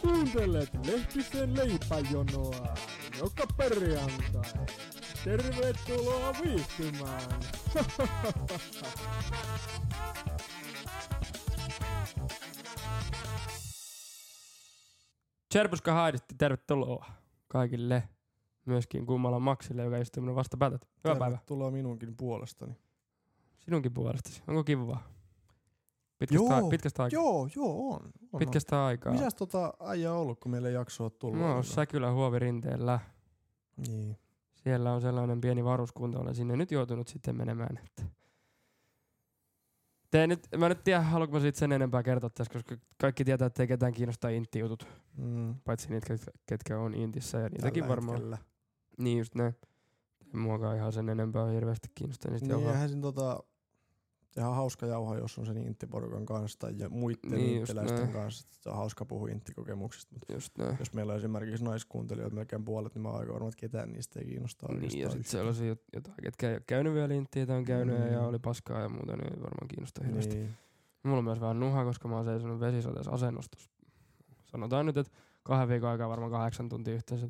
Kuuntelet Lehtisen leipäjonoa joka perjantai. Tervetuloa viihtymään! Tserpuska Haidisti, tervetuloa kaikille. Myöskin Kummalan Maksille, joka istuu minun vastapäätät. Hyvää päivää. Tervetuloa minunkin puolestani. Sinunkin puolestasi. Onko kivaa? Pitkästä, Joo. ai- pitkästä aikaa. Joo, joo, on. on Pitkästä aikaa. on. Mitäs tota äijä on ollut, kun meillä ei jaksoa tullut? Mä oon Säkylän huovirinteellä. Niin. Siellä on sellainen pieni varuskunta, olen sinne nyt joutunut sitten menemään. Että. Tee nyt, mä nyt tiedä, haluanko mä siitä sen enempää kertoa tässä, koska kaikki tietää, että ei ketään kiinnostaa intti-jutut, Mm, paitsi niitä, ketkä- ketkä on intissä ja niitäkin tällä varmaan. hetkellä. Niin just näin. Ei muakaan ihan sen enempää hirveästi kiinnostaa niistä Niin, jauhaa. eihän siinä tota, ihan hauska jauha, jos on sen inttiporukan kanssa tai ja muiden Niin, niin, just näin. inttiläisten kanssa. Se on hauska puhua inttikokemuksista, mutta Just näin. jos meillä on esimerkiksi naiskuuntelijoita melkein puolet, niin mä oon aika varma, että ketään niistä ei kiinnostaa Niin, ja oikeastaan sitten yhtään. sellaisia jot- jotain, ketkä ei ole käynyt vielä inttiä tai on käynyt mm. Mm. ja oli paskaa ja muuta, niin ei varmaan kiinnostaa hirveästi. Niin. Niin. Mulla on myös vähän nuha, koska mä oon seisonut vesisateessa asennostossa. Sanotaan nyt, että kahden viikon aikaa varmaan kahdeksan tuntia yhteensä.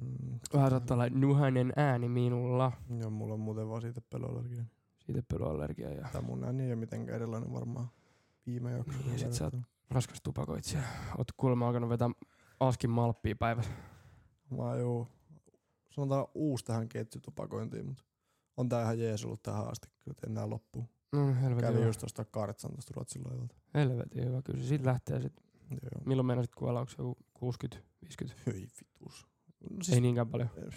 Mm, Vähän saattaa olla nuhainen ääni minulla. Joo, mulla on muuten vaan siitä peloallergia. Siitä pölyallergia ja Tää mun ääni ei ole mitenkään erilainen varmaan viime jaksossa. Niin, ja sit sä oot- raskas tupakoitsija. Oot kuulemma alkanut vetää askin malppia päivässä. Mä juu, sanotaan uusi tähän ketjutupakointiin, mutta on tää ihan jees ollut tähän asti, kyllä että enää loppuun. No helvetin Kävin hyvä. just tuosta kartsan tuosta Ruotsin laivalta. Helvetin hyvä. Kyllä se siitä lähtee sit. Joo. Milloin meinasit kuolla? Onko se joku 60, 50? Hyi vitus. No Siis... Ei siis, niinkään paljon. Mä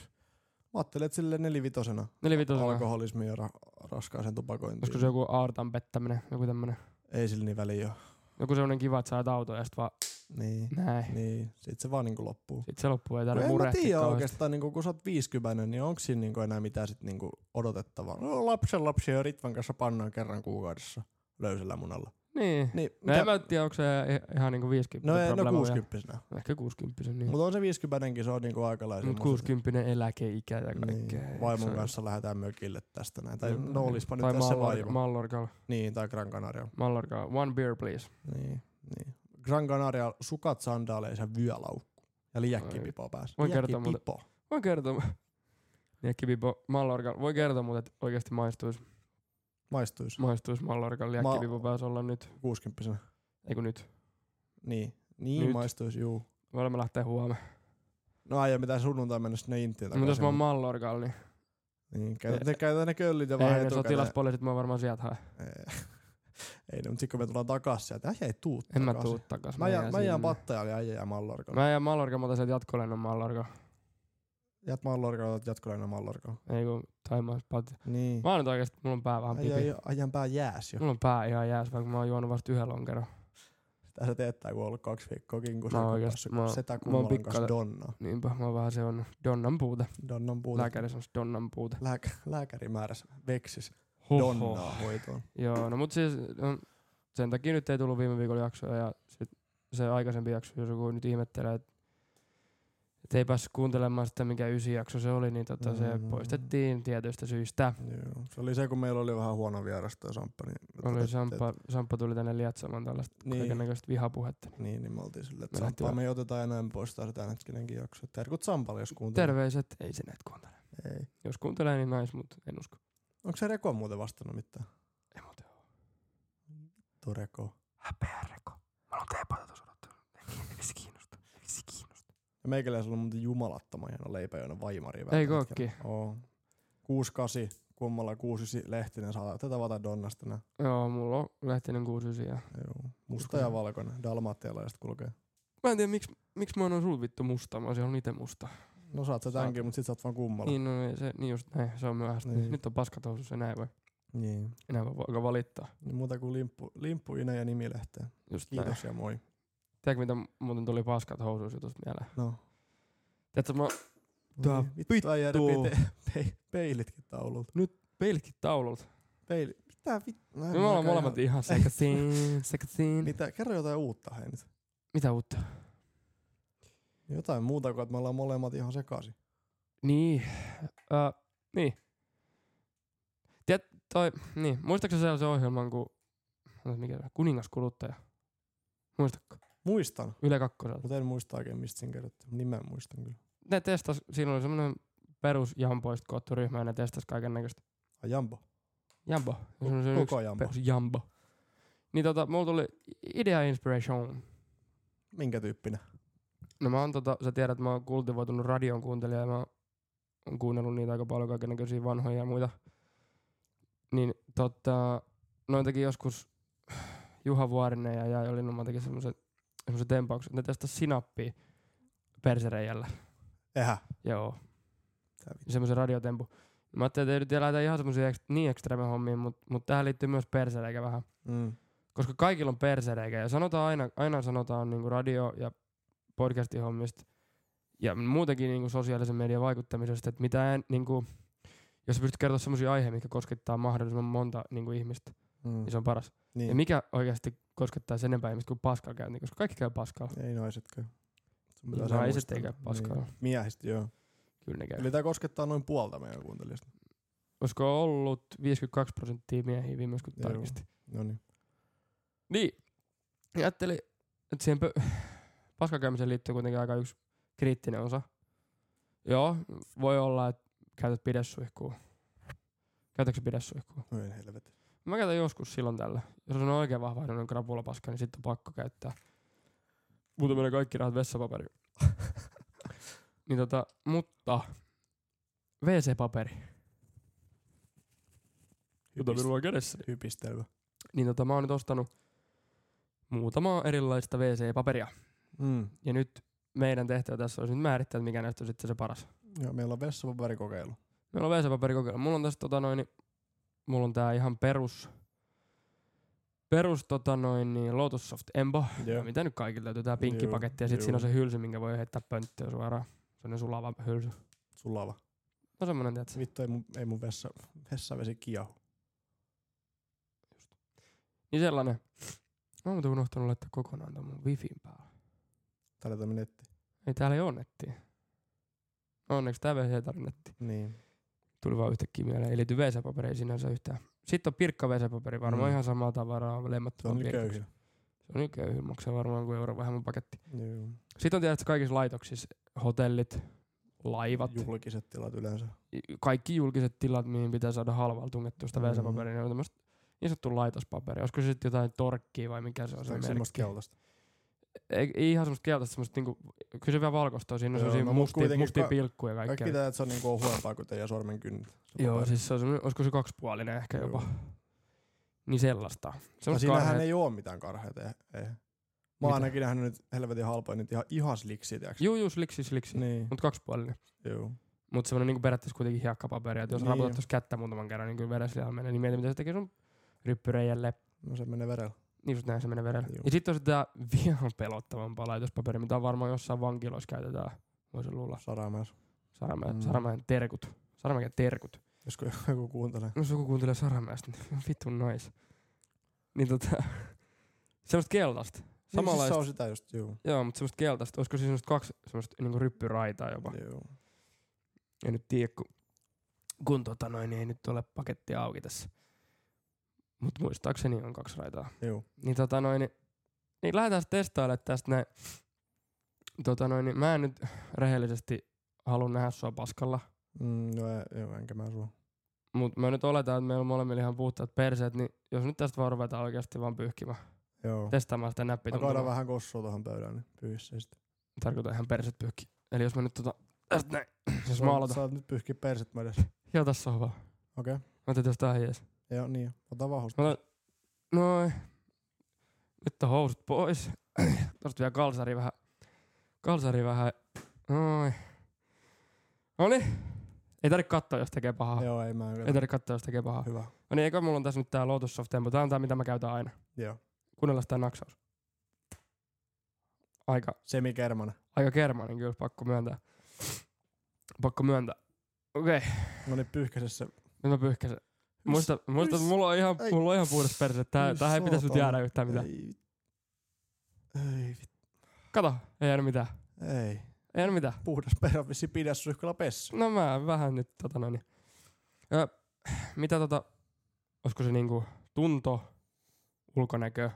ajattelin, että silleen nelivitosena Nelivitosena. alkoholismi ja ra- raskaaseen tupakointiin. Olisiko se joku aortan pettäminen? Joku tämmönen. Ei sillä niin väliä ole. Joku semmonen kiva, että sä ajat autoa ja sit vaan Niin, näin. niin. Sit se vaan niinku loppuu. Sit se loppuu ei Kun tarvitse No en mä murehtia tiedä kauheasti. oikeastaan, niin kun sä oot 50, niin onko siinä niin enää mitään sit niin odotettavaa? No lapsen lapsia jo Ritvan kanssa pannaan kerran kuukaudessa löysällä munalla. Niin. Niin, No mitä- en mä tiedä, onko se i- ihan niinku 50 No ei, no probleema vielä. 60 Ehkä 60 niin. Mutta on se 50 se on niinku aikalaisen. Mut 60 eläkeikä ja kaikkea. Niin, Se vaimon on- kanssa lähdetään mökille tästä näin. Tai Niin. no olispa nyt Tai tässä Mallor- vaimo. Mallorcalla. niin, tai Gran Canaria. Mallorcalla. One beer please. Niin, niin. Gran Canaria, sukat sandaaleissa ja vyölaukku. Ja liäkkipipo päässä. Voin kertoa muuten- Liäkkipipo. Voin kertoa. Ja kivipo Mallorcalla. Voi kertoa mutta että oikeesti maistuis, Maistuis maistuis Mallorcalla ja Ma- kivipo pääs olla nyt. 60 Ei kun nyt. Niin, niin Nyt. maistuis, juu. Voidaan me lähteä huomenna. No aia pitää sunnuntai mennä sinne Intiin Mutta jos takaisin. No, mä oon Mallorcalla, niin Niin, käytä ne, käytä ne köllit ja vähän eihän ne etukäteen. sotilaspoliisit mä varmaan sieltä hae. Ei, Ei, no, mutta sitten kun me tullaan takas sieltä, äijä ei tuu En mä takas. tuu takas. Mä jään, jään mä jään sinne. pattajalle ja äijä jää mallorkalle. Mä jään Mallorca, mä otan sieltä jatkolennon Mallorca. Jät mallorkalla, otat jatkoläinen mallorkalla. Ei kun, tai mä, pat... Niin. mä oon nyt oikeesti, mulla on pää vähän pipi. Ajan, ajan pää jääs jo. Mulla on pää ihan jääs, vaikka mä oon juonut vasta yhden lonkeron. Sitä sä teet tää, kun on ollut kaksi viikkoa kinkussa. Mä kun oikeesti- päässyt mä- Setä mä oon kummalan pikkasen- kanssa donna. Niinpä, mä oon vähän se on donnan puute. Donnan puute. Lääkäri sanois donnan puute. Lääkä, lääkäri määräsi veksis donnaa hoitoon. Joo, no mut siis no, sen takia nyt ei tullut viime viikolla jaksoa ja sit se aikaisempi jakso, jos joku nyt ihmettelee, että et ei päässyt kuuntelemaan sitä, mikä ysi jakso se oli, niin tota, se Mm. poistettiin tietyistä syistä. Joo. Se oli se, kun meillä oli vähän huono vieras toi Samppa. Niin me Oli todettiin, Samppa, Samppa tuli tänne lietsomaan tällaista niin. Niin. kaikennäköistä vihapuhetta. että- Niin, niin me oltiin silleen, Me että Samppaa lähti- me ei oteta enää, me poistaa se tämänhetkinenkin jakso. Terkut Sampalle, jos kuuntelee. Terveiset, ei se näitä kuuntele. Ei. Jos kuuntelee, niin nais, mut en usko. Onko se Reko muuten vastannut mitään? Ei muuten oo. Tuo Reko. Häpeä reko. Mä oon teepata tuossa odottanut. Ei vissi kiinnosta. Ei vissi kiinnosta. Ja meikäläisellä on muuten jumalattoman hieno leipäjoinen vaimari. Ei kokki. Oo. 68, kummalla 69 lehtinen saa tätä tavata Donnasta nää. Joo, mulla on lähtinen 69 ja Joo. Musta ja valkoinen. Dalmatialaiset kulkee. Mä en tiedä, miksi, miksi mä oon sulvittu vittu musta. Mä oon ollut ite musta. No saat sä Saat. tämänkin, mut sit sä oot vaan kummalla. Niin, no, ei se, niin just näin. Se on myöhäistä. Niin. Niin. Nyt on paskat housussa, enää ei voi, Niin. enää voi alkaa valittaa. niin. muuta kuin limppu, limppu Ine ja nimilehteen. Just näin. Kiitos ja moi. Tiedätkö, mitä muuten tuli paskat housuissa jutusta mieleen? No. Tiedätkö, mä Tää Niin, vittu. Äijä vittu. repii te- pe- peilitkin taululta. pelkit taululta. Peili. Mitä vittu? No, me ollaan molemmat ihan sekasiin, sekasiin. Mitä? Kerro jotain uutta hei niin nyt. Mitä uutta? Jotain muuta kuin, että me ollaan molemmat ihan sekaisin. Niin. Äh, niin. Tiedät, toi, niin. Muistatko sä sellaisen ohjelman kuin, mikä se on, kuningaskuluttaja? Muistatko? Muistan, Yle kakkosella. mutta en muista oikein mistä sen kerrottiin. Nimen muistan kyllä. Ne testas, siinä oli semmoinen perus jampoista koottu ryhmä ja ne testas kaiken näköistä. Ai Jambo. Jambo. Se on se yksi Koko Jambo. perus jambo. Niin tota, mulla tuli idea inspiration. Minkä tyyppinen? No mä oon tota, sä tiedät, että mä oon kultivoitunut radion kuuntelija ja mä oon kuunnellut niitä aika paljon kaikennäköisiä vanhoja ja muita. Niin tota, noitakin joskus Juha Vuorinen ja Jai Olinoma teki semmoisen semmoisen tempauksen, että ne testasi sinappia persereijällä. Ehä. Joo. Tää vittu. Semmoisen radiotempu. Mä ajattelin, että ei nyt lähdetä ihan semmoisia ek- niin ekstreme hommiin, mutta mut tähän liittyy myös persereikä vähän. Mm. Koska kaikilla on persereikä ja sanotaan aina, aina sanotaan niinku radio- ja podcastihommista ja muutenkin niinku sosiaalisen median vaikuttamisesta, että mitä en, niinku, jos sä pystyt kertoa semmoisia aiheita, mitkä koskettaa mahdollisimman monta niinku ihmistä, Mm. niin se on paras. Ja Niin. mikä oikeasti koskettaa sen enempää ihmistä kuin Pascal käynti, koska kaikki käy Pascal. Ei naisetkaan. Sun Naiset sehän ei muistella. käy paskalla. Niin. Miehistä, joo. Kyllä ne käy. Eli tämä koskettaa noin puolta meidän kuuntelijoista. Olisiko ollut 52 prosenttia miehiä viimeis kun Joo. tarkisti. No niin. Niin. Ja Ajattelin, että siihen pö- paskakäymiseen liittyy kuitenkin aika yksi kriittinen osa. Joo, voi olla, että käytät pidesuihkua. Käytätkö pidessuihkua? Noin helvetti. Mä käytän joskus silloin tällä. Jos on oikein vahva ehdollinen krapulapaska, niin sitten on pakko käyttää. Muuten menee kaikki rahat vessapaperiin. niin tota, mutta WC-paperi, jota Hypist- minulla on kädessä, hypistelmä. niin tota, mä oon nyt ostanut muutamaa erilaista WC-paperia. Mm. Ja nyt meidän tehtävä tässä olisi nyt määrittää, että mikä näistä on sitten se paras. Joo, meillä on vessapaperikokeilu. Meillä on WC-paperikokeilu. Mulla on tässä tota noin, niin- mulla on tää ihan perus, perus tota noin, niin Lotus Soft Embo. Joo. Ja mitä nyt kaikille löytyy tää pinkki Joo, paketti ja sit joo. siinä on se hylsy, minkä voi heittää pönttöön suoraan. Se on sulava hylsy. Sulava. No semmonen, tiedätkö? Vittu, ei mun, ei mun vessa, vessavesi kiahu. Niin sellainen. Mä oon muuten unohtanut laittaa kokonaan ton mun wifiin päälle. Täällä tämä netti. Ei täällä ei oo nettiä. Onneksi tää WC tarvinnut Niin. tuli vaan yhtäkkiä mieleen. Ei liity WC-papereihin sinänsä yhtään. Sitten on pirkka WC-paperi, varmaan Mm. ihan samaa tavaraa, Se lemmattu on niin paperi. köyhä. Se on niin köyhy, maksaa varmaan kuin euro vähemmän paketti. Joo. Sitten on tiedätkö kaikissa laitoksissa, hotellit, laivat, Julkiset tilat yleensä. i- kaikki julkiset tilat, mihin pitää saada halvalla tungettua sitä Mm. WC-paperia, niin on tämmöistä niin sanottu laitospaperi. Olisiko se sitten jotain torkkia vai mikä se on se Onko merkki? semmoista keltaista? Ei, ei ihan semmoista keltaista, semmoista niinku, kyllä se vielä valkoista on, siinä on Joo, semmoisia no mut mustia, kuitenkin mustia ka- pilkkuja kaikkea. Kaikki tämä, että se on niinku ohuempaa kuin teidän sormen kynnet. Se Joo, paperi. siis se on semmoinen, olisiko se kaksipuolinen ehkä Joo. jopa. Niin sellaista. Se No on siis siinähän karheet. ei oo mitään karheita. Ei. Mä oon Mitä? ainakin nähnyt nyt helvetin halpoja, niitä ihan ihasliksi, tiiäks? Juu, juu, sliksi, sliksi. Niin. Niin, Mut kaksipuolinen. joo. Mut semmonen niinku periaatteessa kuitenkin hiekkapaperi, että jos Niin. niin. raputat tuossa kättä muutaman kerran, niin kyllä vereslihalla menee, niin mieti mitä se tekee sun ryppyreijälle. No se menee verellä. Niin just näin se menee verelle. Juu. Ja sitten on se tää vielä pelottavampaa laitospaperi, mitä varmaan jossain vankiloissa käytetään. Voisin luulla. Saramäessä. Saramäen, Mm. mm. Saramäen terkut. Saramäen terkut. Josko joku kuuntelee. Jos joku kuuntelee Saramäestä, niin vittu nais. Niin tota, semmoista keltaista. Niin, siis Samanlaista. se on sitä just, joo. Joo, mutta semmoista keltaista. Olisiko siis semmoista kaksi semmoista niinku ryppyraitaa jopa? Joo. En nyt tiedä, kun, kun tota noin, niin ei nyt ole paketti auki tässä. Mutta muistaakseni on kaksi raitaa. Joo. Niin tota noin, niin, niin lähdetään sitten testailemaan tästä näin. Tota noin, niin mä en nyt rehellisesti halua nähdä sua paskalla. Mm, joo, ä- joo, enkä mä sua. Mutta mä nyt oletan, että meillä on molemmilla ihan puhtaat perseet, niin jos nyt tästä vaan ruvetaan oikeasti vaan pyyhkimään, Joo. testaamaan sitä Mä kaadan näppituntumaa. vähän kossua tuohon pöydään, niin pyyhissä se sitten. Tarkoitan ihan perset pyyhki. Eli jos mä nyt tota, tästä näin, siis jos mä Sä- aloitan. Sä oot nyt pyyhkiä perset mä edes. Joo, tässä on vaan. Okei. Okay. Mä otan tästä tähän jees. Joo, niin. Ota vaan Mä hosta. otan, noin. Nyt on housut pois. Tosta vielä kalsari vähän. Kalsari vähän. Noin. Noni. Ei tarvitse katsoa, jos tekee pahaa. Joo, ei mä Ei en tarvitse katsoa, jos tekee pahaa. Hyvä. No niin, eikä mulla on tässä nyt tää Lotus Soft Tempo. Tää on tää, mitä mä käytän aina. Joo. Kuunnellaan tää naksaus. Aika, Semi Kermanen. aika kermanen kyllä, pakko myöntää. Pakko myöntää. Okei, okay. No niin, pyyhkäse se. nyt mä pyyhkäsen. Muista, muista, hys- mulla on ihan, ei. mulla on ihan puhdas perse. Tää, Hyi tähän ei pitäisi nyt saatana. jäädä yhtään mitään. Ei. Ei vittu. Kato, ei jäänyt mitään. Ei. Ei jäänyt mitään. Puhdas perä vissi pidä suihkulla pessä. No mä vähän nyt tota noin. Ö, mitä tota, olisiko se niinku tunto, ulkonäkö,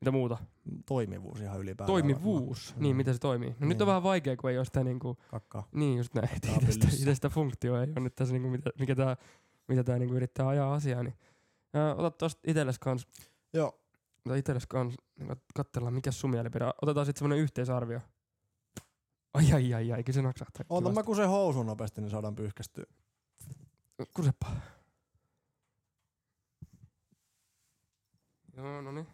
Mitä muuta? Toimivuus ihan ylipäätään. Toimivuus. varmaan. Niin, miten se toimii. No nyt Niin. on vähän vaikea, kun ei ole sitä niinku, Kakka. niin just näin, että itse Kaapelissa. sitä, itse sitä funktioa ei ole nyt tässä niinku, mitä, mikä tää, mitä tää niinku yrittää ajaa asiaa, niin Ö, ota tosta itelles kans, Joo. ota itelles kans, kat- katsellaan mikä sun mielipide on. Otetaan sit semmonen yhteisarvio. Ai ai ai ai, kyllä se naksahtaa. Oota kivasti. mä kun se housun nopeasti, niin saadaan pyyhkästyä. Kusepa. Joo, no niin.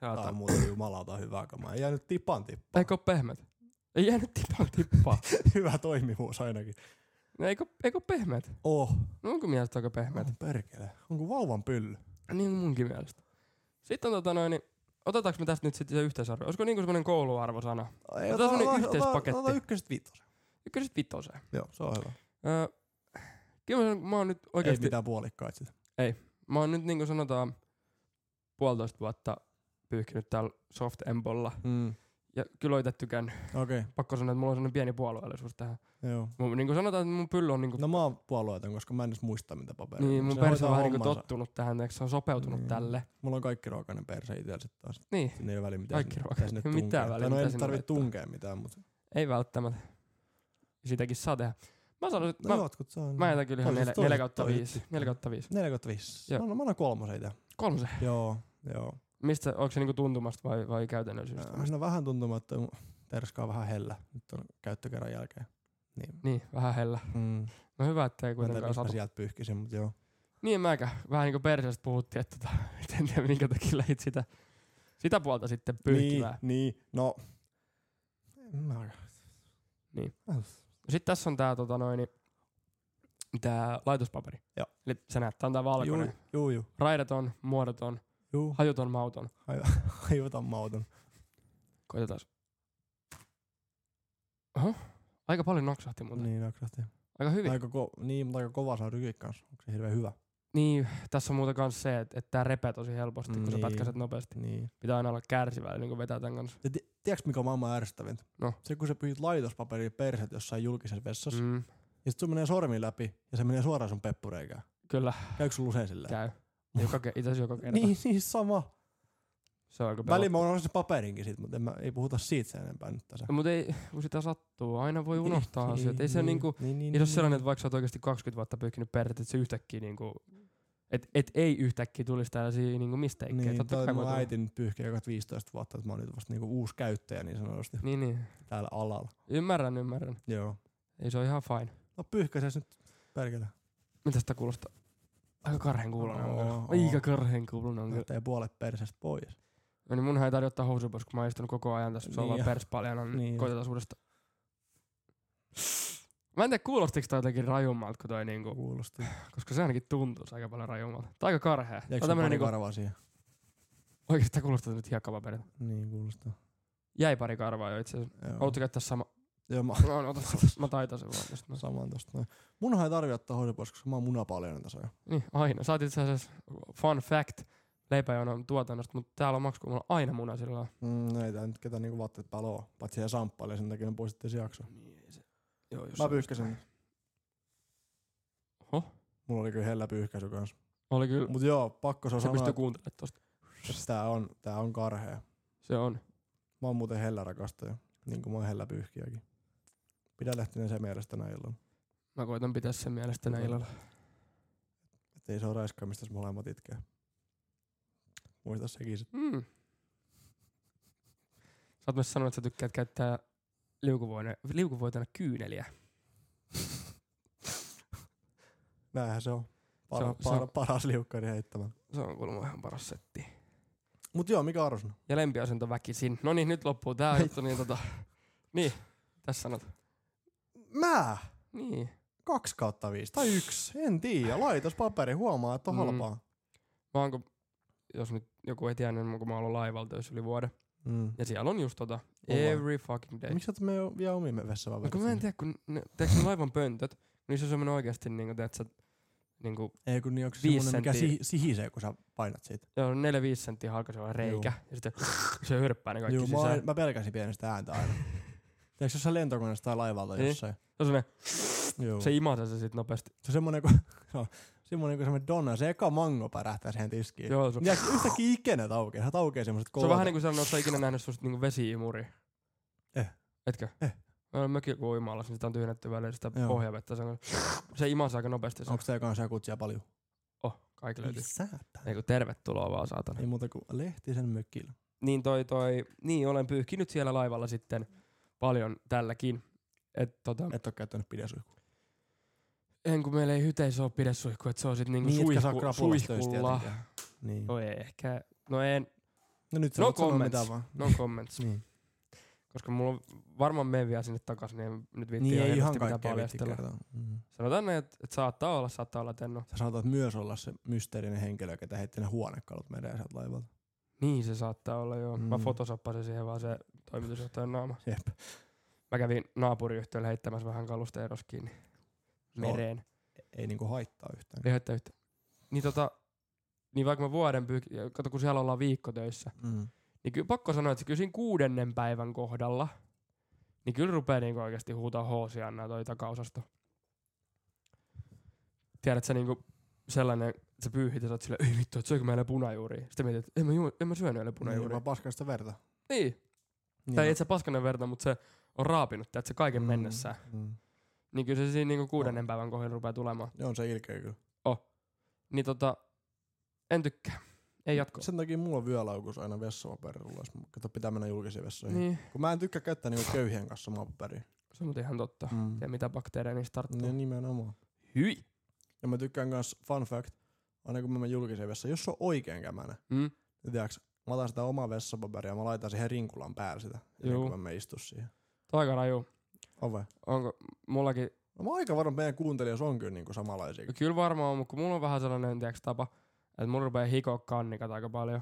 Tää Saata. on muuten jumalauta hyvää kamaa. Ei jäänyt tipan tippaa. Eikö ole pehmeät? Ei jäänyt tippaa tippaa. Hyvä toimivuus ainakin. No, eikö, eikö ole pehmeät? Oh, No onko mielestä aika pehmeät? on perkele. Onko vauvan pylly? Niin on munkin mielestä. Sitten on tota noin, niin otetaanko me tästä nyt sitten se yhteisarvo? Olisiko niinku semmonen kouluarvosana? Ei, Otetaan semmonen ota- ota- yhteispaketti. Ota ykköset viitosen. Kyllä sit vitoseen. Joo, se on hyvä. Öö, kyllä mä, sanon, kun mä oon nyt Ei oikeesti, mitään puolikkaita sitä. mä oon nyt niinku sanotaan puolitoista vuotta pyyhkinyt täällä soft embolla. Mm. Ja kyllä oon itse tykännyt. Okei, okay, Pakko sanoa, että mulla on sellainen pieni puolueellisuus tähän. joo. Mun, niin kuin sanotaan, että mun pylly on niinku, No mä oon puolueeton, koska mä en edes muista mitä paperia. niin, on. mun No, Se perse on hoitaa vähän niinku hommansa. tottunut tähän, eikö se on sopeutunut Niin. tälle. Mulla on kaikki ruokainen perse itsellä sit taas. Niin, Sinne ei ole väliä mitä Kaikki sinne, ruokainen. sinne Mitään tunkee. väliä, Tai No mitä ei nyt sinne tarvitse laittaa. tunkea mitään, mutta ei välttämättä. Sitäkin saa tehdä. Mä sanoisin, että no, mä, jotkut saa. mä jätän kyllä ihan Toiset- 4, toiset- 4 kautta toiset 5. 4 kautta 5. 45. Joo. No, no, mä annan kolmosen ite. Kolmosen. Joo, joo. Mistä, onko se niinku tuntumasta vai, vai käytännön syystä? Äh, Siinä on vähän tuntumaa, että mun perska on vähän hellä. Nyt on käyttökerran jälkeen. Niin. Niin, vähän hellä. Mm. No hyvä, että Mä en tiedä, ei kuitenkaan mistä mä satu. sieltä pyyhkisin, mutta joo. Niin mäkä. Vähän niinku perseestä puhuttiin, että tota, et en tiedä minkä takia lähit sitä, sitä puolta sitten Niin, pyyhkimään. niin, no. En Mä, Niin. Niin. Sitten tässä on tää, tota noin, niin, tää laitospaperi. Joo. Eli sä näet, tää on tää juu, valkoinen. juu, juu, Raidaton, muodoton, juu. hajuton, mauton. Aivotan mauton. Koitetaan. Oho, aika paljon naksahti muuten. Niin. Niin, naksahti. Aika hyvin. Aika, ko- niin, mutta aika kova saa rykin kanssa. Onko se hirveän hyvä? Niin, tässä on muuten kans se, että, että tää repee tosi helposti, kun sä Niin. pätkäset nopeasti. Niin. Pitää aina olla kärsivällinen, kun vetää tän kanssa. Ja ti- tiedätkö mikä on maailman ärsyttävintä? No. Se kun sä pyyhit laitospaperia perset jossain julkisessa vessassa, mm. Mm, ja sit sun menee sormi läpi, ja se menee suoraan sun peppureikään. kyllä, Käykö sun usein silleen? käy. Joka, ke- itse asiassa joka kerta. Niin, niin sama. Se on aika Välillä mä unohdin sen paperinkin siitä, mutta en mä, ei puhuta siitä sen enempää nyt tässä. Mutta ei, kun sitä sattuu, aina voi No, unohtaa Niin, asioita. Ei se niin, niinku, niin, niin, Ei se ole niin. sellainen, että vaikka sä oot oikeasti 20 vuotta pyyhkinyt perteet, että se yhtäkkiä niinku, et, et ei yhtäkkiä tulisi tällaisia niinku misteikkiä. Niin, Totta toi kai mun voi tulla. äiti nyt pyyhkii joka 15 vuotta, että mä oon nyt vasta niinku uusi käyttäjä niin sanotusti Niin, niin. täällä alalla. Ymmärrän, ymmärrän. Joo. Ei se ole ihan fine. No pyyhkäises nyt, perkele. Miltä sitä kuulostaa? Aika karhen kuulonen on Oo, kyllä. Aika oo. karhen kuulonen on kyllä. Lähtee puolet persestä pois. No niin munhan ei tarvitse ottaa housuja pois, kun mä oon istunut koko ajan tässä. Se on Niin vaan jo. pers paljon. Niin Niin jo. Koitetaan uudestaan. Mä en tiedä kuulostiko toi jotenkin rajummalta, kun toi niinku, Kuulosti. koska se ainakin tuntuu aika paljon rajummalta. Tää on aika karhea. Tää Jäikö on sun pari tämmönen niinku, karvaa siihen? oikeastaan kuulostaa nyt hiekkapaperilta. Niin kuulostaa. Jäi pari karvaa jo itse asiassa. Joo. Haluatko käyttää sama? Joo, mä No, no, ota se. Mä taitan sen vaan tästä. No. samaan tosta noin. Munhan ei tarvi ottaa hoidu pois, koska mä oon munapaljoinen tässä jo. Niin, aina. Sä oot itse asiassa fun fact leipäjonon tuotannosta, mutta täällä on maksku mulla on aina muna sillä Mm, ei tää nyt ketään niinku vaatteet päällä oo. Paitsi se samppaili ja sen takia ne poistettiin Niin, se jakso. Joo, jos Mä pyyhkäsin. Oho. Mulla oli kyllä hellä pyyhkäisy kanssa. Oli kyllä. Mut joo, pakko se se sanoa, pystyy että kuuntelemaan tosta. tää on, tää on karhea. Se on. Mä oon muuten hellä rakastaja, niin kuin mä oon hellä pyyhkiäkin. Pidä lehtinen se mielestä tänä illalla. Mä koitan pitää sen mielestä tänä Joo. illalla. Et ei se ole räiskaamista, jos molemmat itkee. Muista sekin sit. Mm. Sä oot myös sanonut, että sä tykkäät käyttää liukuvoitana, liukuvoitana kyyneliä. Näinhän se on. Para, Se on- se para, on- Paras liukkari heittämään. Se on kuulemma ihan paras setti. Mut joo, mikä arvosana? Ja lempiasento väkisin. No niin, nyt loppuu tää Ai. juttu. Niin, tota, niin, tässä sanot. Mä! Niin. 2 kautta 5 tai 1, en tiedä. Laitos paperi, huomaa, että on Mm. halpaa. Mä oon, kun, jos nyt joku ei tiedä, niin kun mä oon ollut laivalla töissä yli vuoden. Mm. Ja siellä on just tota Ollaan. every fucking day. Miksi et me oo- vielä omimme vessaan No kun mä en tiedä, kun ne, tiedätkö ne laivan pöntöt, niissä on semmonen oikeesti niinku, tiedätkö, niinku, Ei kun niin onko se Viisi semmonen, mikä senttiä. si- sihisee, kun sä painat siitä. joo, 4-5 senttiä halka se on reikä, ja sitten se hyrppää ne kaikki Juu, Juu, mä, sisään. oon- mä pelkäsin pienestä ääntä aina. Tiedätkö, jos sä lentokoneesta tai laivalta Niin. jossain. Se on semmonen, Joo. Se imasee se sit nopeasti. Se on semmonen kuin, se on semmonen kuin semmonen donna, se eka mango pärähtää siihen tiskiin. Joo, se, on- Ja yhtäkkiä ikinä aukee, se aukee semmoset se on vähän niinku sellainen, että ikinä nähnyt susta niinku vesiimuri. Eh. Etkö? Eh. Meillä on mökki kun uimaalassa, niin sitä on tyhjennetty välillä sitä Joo. pohjavettä. Se, on, se imasee aika nopeasti. Se. Onko se kanssa kutsia paljon? Oh, kaikki löytyy. Säätä. Eiku, tervetuloa vaan saatana. Ei muuta kuin lehtisen mökillä. Niin toi toi, niin olen pyyhkinyt siellä laivalla sitten paljon tälläkin. Et tota, Et oo käyttänyt pidesuihkua. en kun meillä ei hyteissä ole pidesuihku, että se on sit niinku Niin, etkä saa suihku, krapulasta töistä suihkulla. tietenkään. Niin. No ei ehkä, no en, No nyt sä No voit sanoa comments. mitä vaan. no comments. Niin. Koska mulla on varmaan menen vielä sinne takaisin, niin en nyt viittiin Niin ei ihan mitään kaikkea vitti paljastella. kertoa. Mm. Sanotaan näin, että, että saattaa olla, saattaa olla, että en oo. Sä saatat myös olla se mysteerinen henkilö, ketä heitti ne huonekalut mereen sieltä laivalta. Niin se saattaa olla, joo. Mm. Mä Mm. fotosoppasin siihen vaan se toimitusjohtajan naama. Jep. Mä kävin naapuriyhtiöllä heittämässä vähän kalusta eros kiinni mereen. Ei niinku haittaa yhtään. Ei haittaa yhtään. Niin tota, niin vaikka mä vuoden pyyhkin, ja kato kun siellä ollaan viikko töissä, Mm. niin kyllä pakko sanoa, että kyllä siinä kuudennen päivän kohdalla, niin kyllä rupeaa niinku oikeasti huutaa hoosianna toi takaosasto. Tiedät sä niinku sellainen, että sä pyyhit ja sä oot sillä, ei vittu, että söikö mä eilen punajuuria. Sitten mietit, että en mä, juo, en mä syönyt eilen Niin, punajuuria. vaan paskasta verta. Niin, Niin. tai et sä paskanen verta, mutta se on raapinut, että se kaiken mennessä. Mm. Niin kyllä se siinä niinku kuudennen päivän kohdalla rupeaa tulemaan. Joo, on se ilkeä kyllä. Niin tota, en tykkää. Ei jatko. Sen takia mulla on vyölaukus aina vessapaperilla, jos mun- kato pitää mennä julkisiin vessoihin. Niin. Niin, Kun mä en tykkää käyttää niinku köyhien kanssa maapaperia. se Ah, on muuten ihan totta. Mm. Niin. Ja mitä bakteereja niistä tarttuu. Ne nimenomaan. Hyi! Ja mä tykkään kans, fun fact, aina kun mä menen julkiseen vessaan, jos se on oikein kämänä, Mm. niin tiiäks, mä otan sitä omaa vessapaperia ja mä laitan siihen rinkulan päälle sitä, ennen Juu. kuin mä menen istu siihen. Toi aika raju. Ove. Onko mullakin, No mä oon aika varma, että meidän kuuntelijoissa on kyllä niinku samanlaisia. kyllä varmaan on, mutta kun mulla on vähän sellainen tiiäks, tapa, että mulla rupeaa hikoa kannikat aika paljon.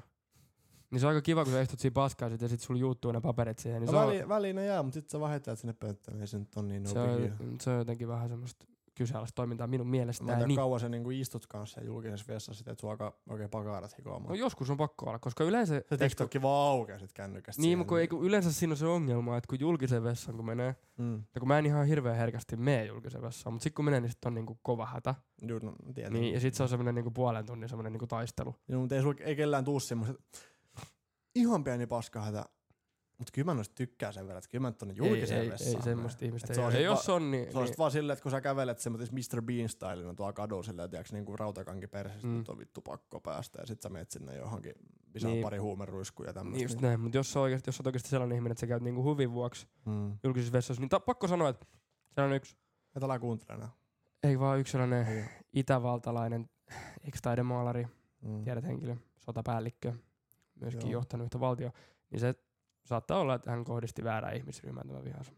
Niin se on aika kiva, kun sä istut siinä paskaa sit ja sit sulla juuttuu ne paperit siihen. Niin No se, on, väliin, väliin ne jää, mutta sit sä vaan heität sinne pönttöön, ei se nyt on niin no se, big on, deal. se on jotenkin vähän semmoista kyseenalaista toimintaa minun niin- Mä en mielestäni. tiedä, kauan sä niinku istut kanssa ja julkisessa vessassa sit, että sua alkaa oikein pakaarat hikoamaan. No joskus on pakko olla, koska yleensä... se eiks kun- TikTokki vaan aukeaa sit kännykästä. Niin, siihen, mutta kun, ei, kun yleensä siinä on se ongelma, että kun julkisen vessan kun menee, Mm. ja kun mä en ihan hirveän herkästi mene julkisen vessaan, mutta sitten kun menee, niin sit on niinku kova hätä. Juu, no, tietenkin. Niin, ja sitten se on semmoinen niinku puolen tunnin semmoinen niinku taistelu. Joo, mutta ei, sulla, ei kellään tuu semmoset ihan pieni paskahätä. Mut kyllä mä noista tykkää sen verran, että kyllä mä nyt tonne julkiseen ei, ei, vessaan. niin. ei semmoista ihmistä. Et Ei, se on ole. sit ja jos va- on, niin... Se on niin sit vaan silleen, että kun sä kävelet semmoisen Mr. Bean stylina tuolla kadulla silleen, tiiäks, niinku rautakanki persestä, Mm. mm. on vittu pakko päästä, ja sit sä menet sinne johonkin, pisää Niin. niin. pari huumeruiskuja ja tämmöistä. niin just näin, mutta jos, sä oikeasti, jos sä oot oikeasti sellainen ihminen, että sä käyt niinku huvin vuoksi Mm. julkisessa vessassa, niin ta- pakko sanoa, että se on yksi, Et ala kuuntele enää. ei vaan yksi sellainen Ei oo. itävaltalainen ex-taidemaalari, Mm. tiedät henkilö, sotapäällikkö, myöskin Joo. johtanut yhtä valtio, niin se saattaa olla, että hän kohdisti väärään ihmisryhmään tämä vihansa.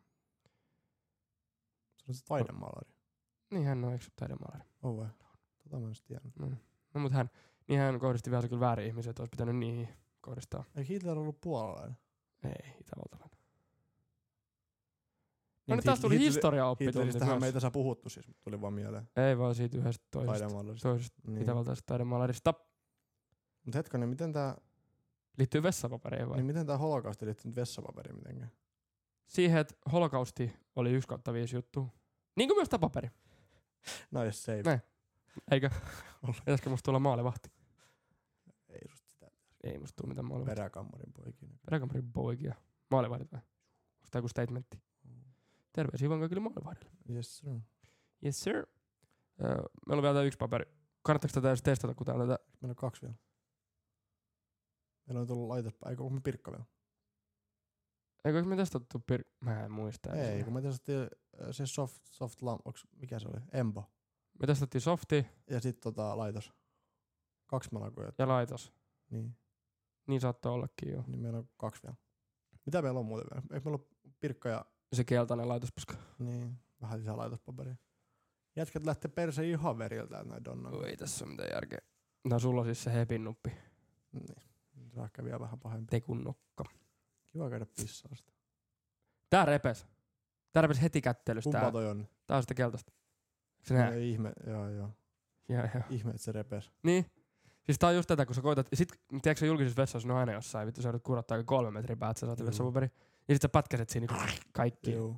Se on se taidemaalari. Niin hän on eikö taidemaalari. On vai? Tota mä en sit tiennyt. No, niin. no mut hän, niin hän kohdisti vähän kyllä väärin ihmisiä, että olisi pitänyt niihin kohdistaa. Eikö Hitler ollut Niin, puolalainen? Ei, Itävaltalainen. No Niin, niin, tästä tuli Hitler- historiaoppitunti Hitleristähän myös. meitä saa puhuttu siis, mut tuli vaan mieleen. Ei vaan siitä yhdestä toisesta, Taidemaalarista. toisesta niin. Niin. itävaltaisesta taidemaalarista. Mut hetkonen, miten tää Liittyy vessapapereihin vai? Niin Niin. miten tämä holokausti liittyy nyt vessapaperiin mitenkään? Siihen, että holokausti oli 1 kautta 5 juttu. Niin kuin myös tämä paperi. Nice No, save. Näin. Eikö? Oli. Pitäisikö musta tulla maalivahti? Ei susta sitä Ei musta tule mitään maalivahti. peräkammarin poikin. Peräkamerin poikia. Maalivahdit vai? Onko tää joku statementti? Terveisiä vaan kaikille maalivahdille. Yes sir. Yes sir. Öö, meillä on vielä tää yksi paperi. Kannattaako tätä edes testata, kun tää on tätä? Meillä on kaksi vielä. Meillä on tullut laitepä. Eikö me pirkka vielä? Eikö me testattu pir... Mä en muista. edes. Ei, kun me testattiin äh, se soft, soft lamp, onks, mikä se oli? Embo. Me testattiin softi Ja sit tota laitos. Kaksi me ollaan koettu. ja laitos. Niin, Niin saattoi ollakin jo. niin meillä on kaksi vielä. Mitä meillä on muuten vielä? Eikö meillä ole pirkka ja Se keltainen laitos, koska... niin, vähän lisää laitospaperia? Jätkät lähtee perse ihan veriltä näin donna. No. Ei tässä ole mitään järkeä. No sulla on siis se hepinnuppi. Niin. Se on ehkä vielä vähän pahempi. Tekun nokka. Kiva käydä pissaa sitä. Tää repes. Tää repes heti kättelystä. Tää, Kumpa toi on? tää on sitä keltaista. Eikö se näe? Ei ihme, joo joo. Joo, joo. Ihme, että se repes. Niin. Siis tää on just tätä, kun sä koetat, sit tiedätkö sä julkisessa vessassa, ne on aina jossain, vittu sä yrität kurottaa aika kolme metriä päät, sä saat Juu. vessapaperi, ja sit sä pätkäset siinä niin kaikki. Mm. Joo.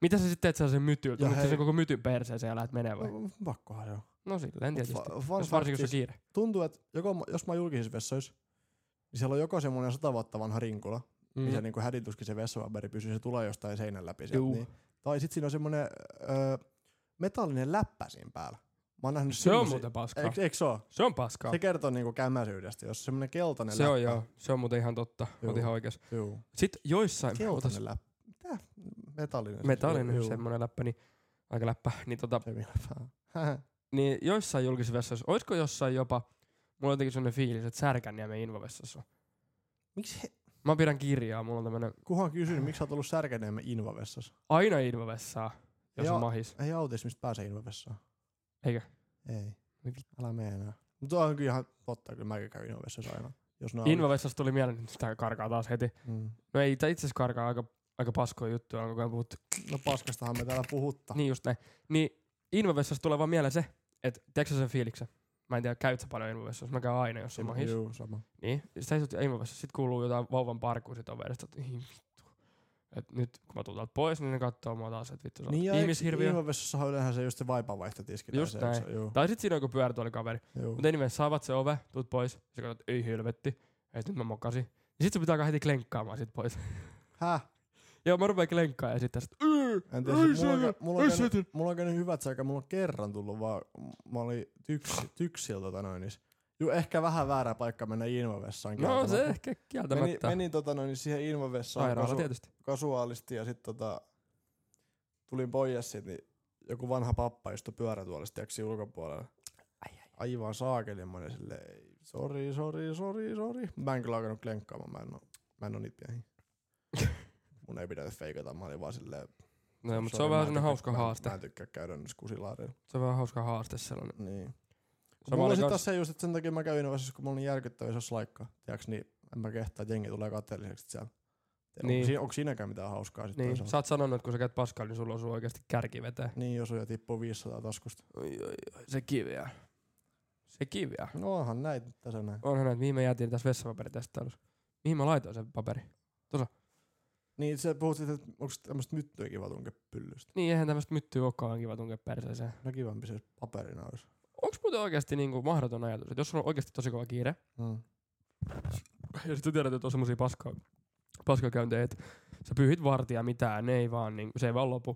Mitä sä sitten teet sellaisen mytyltä? Ja Onko hei. se koko mytyn perseeseen ja lähdet menee vai? No, Pakkohan se on. No silleen Mut tietysti. fa- fun Jos fact varsinkin, is- jos on kiire. tuntuu, että joko, mä- jos mä oon julkisissa vessoissa, niin siellä on joko semmoinen sata vuotta vanha rinkula, mm. missä niinku hädituskin se vessapaperi pysyy, se tulee jostain seinän läpi sieltä. Juu. Niin. Tai sitten siinä on semmoinen öö, metallinen läppä siinä päällä. Mä oon nähnyt Se on semmosia- muuten paskaa. Eikö, eikö se oo? Se on paskaa. Se kertoo niinku kämäisyydestä, jos on semmoinen keltainen Se läppä. on joo. Se on muuten ihan totta. Juu. Oot ihan oikeas. Juu. Sitten joissain... otas- Keltainen läppä. Mitä? Metallinen. metallinen Juu. semmoinen läppä, niin aika läppä, niin, tota, Se vielä. niin joissain julkisissa vessoissa, olisiko jossain jopa, mulla on jotenkin sellainen fiilis, että särkänniemen invovessassa. on. Miksi he, Mä pidän kirjaa, mulla on tämmönen kuhan kysynyt, miksi sä oot ollut särkeneemme invavessassa? aina invovessaa, jos Joo. on mahis. Ei autismista pääse invavessaan. Eikö? Ei. Ei vittu. Älä mene enää. Mutta on kyllä ihan totta, kyllä mäkin käyn invavessassa aina. Jos ne on- Invovessassa tuli mieleen, että sitä karkaa taas heti. Mm. No ei, tää itse asiassa karkaa aika, aika paskoja juttuja, on koko ajan puhuttu. No paskastahan me täällä puhuttaa. Niin just näin. Niin invovessassa tulee vaan mieleen se, että tiedätkö sä sen fiiliksen? Mä en tiedä, käyt sä paljon invovessassa, mä käyn aina, jos on mahis. Juu, sama. Niin, sä istut invovessa, sit kuuluu jotain vauvan parkua sit overista, että ei vittu. Et nyt kun mä tuun täältä pois, niin ne kattoo mua taas, että vittu sä Niin ja oot ihmishirviö. invavessassa on yleensä se just se vaipanvaihtotiski. tai Just se, näin. Se, juu, Tai sit siinä on joku pyörätuolikaveri. juu. Mut anyway, sä avaat se ove, tuut pois, sä katsot, ei helvetti, et nyt mä mokasin. Ja sit sun pitää alkaa heti klenkkaamaan sit pois. Häh? Joo, mä rupean klenkkaamaan ja sit tästä, "Yy, En tiedä, Ei sit mulla, on, se- kä- mulla, on ei käynyt, se- mulla on käynyt hyvät säkä, mulla on kerran tullut vaan, mä olin tyks, tyksil tota noin, niin s- juu, ehkä vähän väärä paikka mennä invavessaan. No se kieltämättä. ehkä Meni, kieltämättä. menin tota noin siihen invavessaan Sairaala kasu, tietysti. kasuaalisti ja sit tota, tulin pois siitä, niin joku vanha pappa istui pyörätuolista jaksi ulkopuolella. Aivan saakelimainen silleen, ei, sori, sori, sori, sori. Mä en kyllä alkanut lenkkaamaan, mä en oo, mä en oo niitä miehiä. Mun ei pidä feikata, mä olin vaan silleen, No mutta se "Sori, mä en on vähän sellainen tykkää- hauska mä en- haaste. Mä en tykkää käydä noissa kusilaareilla. Se on vähän hauska haaste sellainen. Niin. Sama Mulla oli on sit kans- taas se just, että sen takia mä käyn innovaisessa, kun mulla on niin järkyttävä iso slaikka. Tiiäks, niin en mä kehtaa, että jengi tulee kateelliseksi sit siellä. Niin. Onko, Niin. siinä, onko siinäkään mitään hauskaa sitten Niin, sä oot sanonut, että kun sä käyt paskalla, niin sulla osuu oikeasti kärki veteen. Niin, jos on ja tippuu 500 taskusta. Oi, oi, oi, se kiveä. Se kiveä. No onhan näitä nyt tässä näin. Onhan näin, että mihin me jäätiin tässä vessapaperitestailussa. Mihin mä laitoin sen paperi? Niin, sä puhut siitä, että onko tämmöistä myttyä kiva tunkea pyllystä. Niin, eihän tämmöstä myttyä olekaan kiva tunkea perseeseen. No kivampi se paperina olisi. Onks muuten oikeasti niinku mahdoton ajatus, että jos sulla on oikeasti tosi kova kiire, Mm. ja sitten tiedät, että on semmosia paska, paskakäyntejä, että sä pyyhit vartija mitään, ne ei vaan, niin, se ei vaan lopu.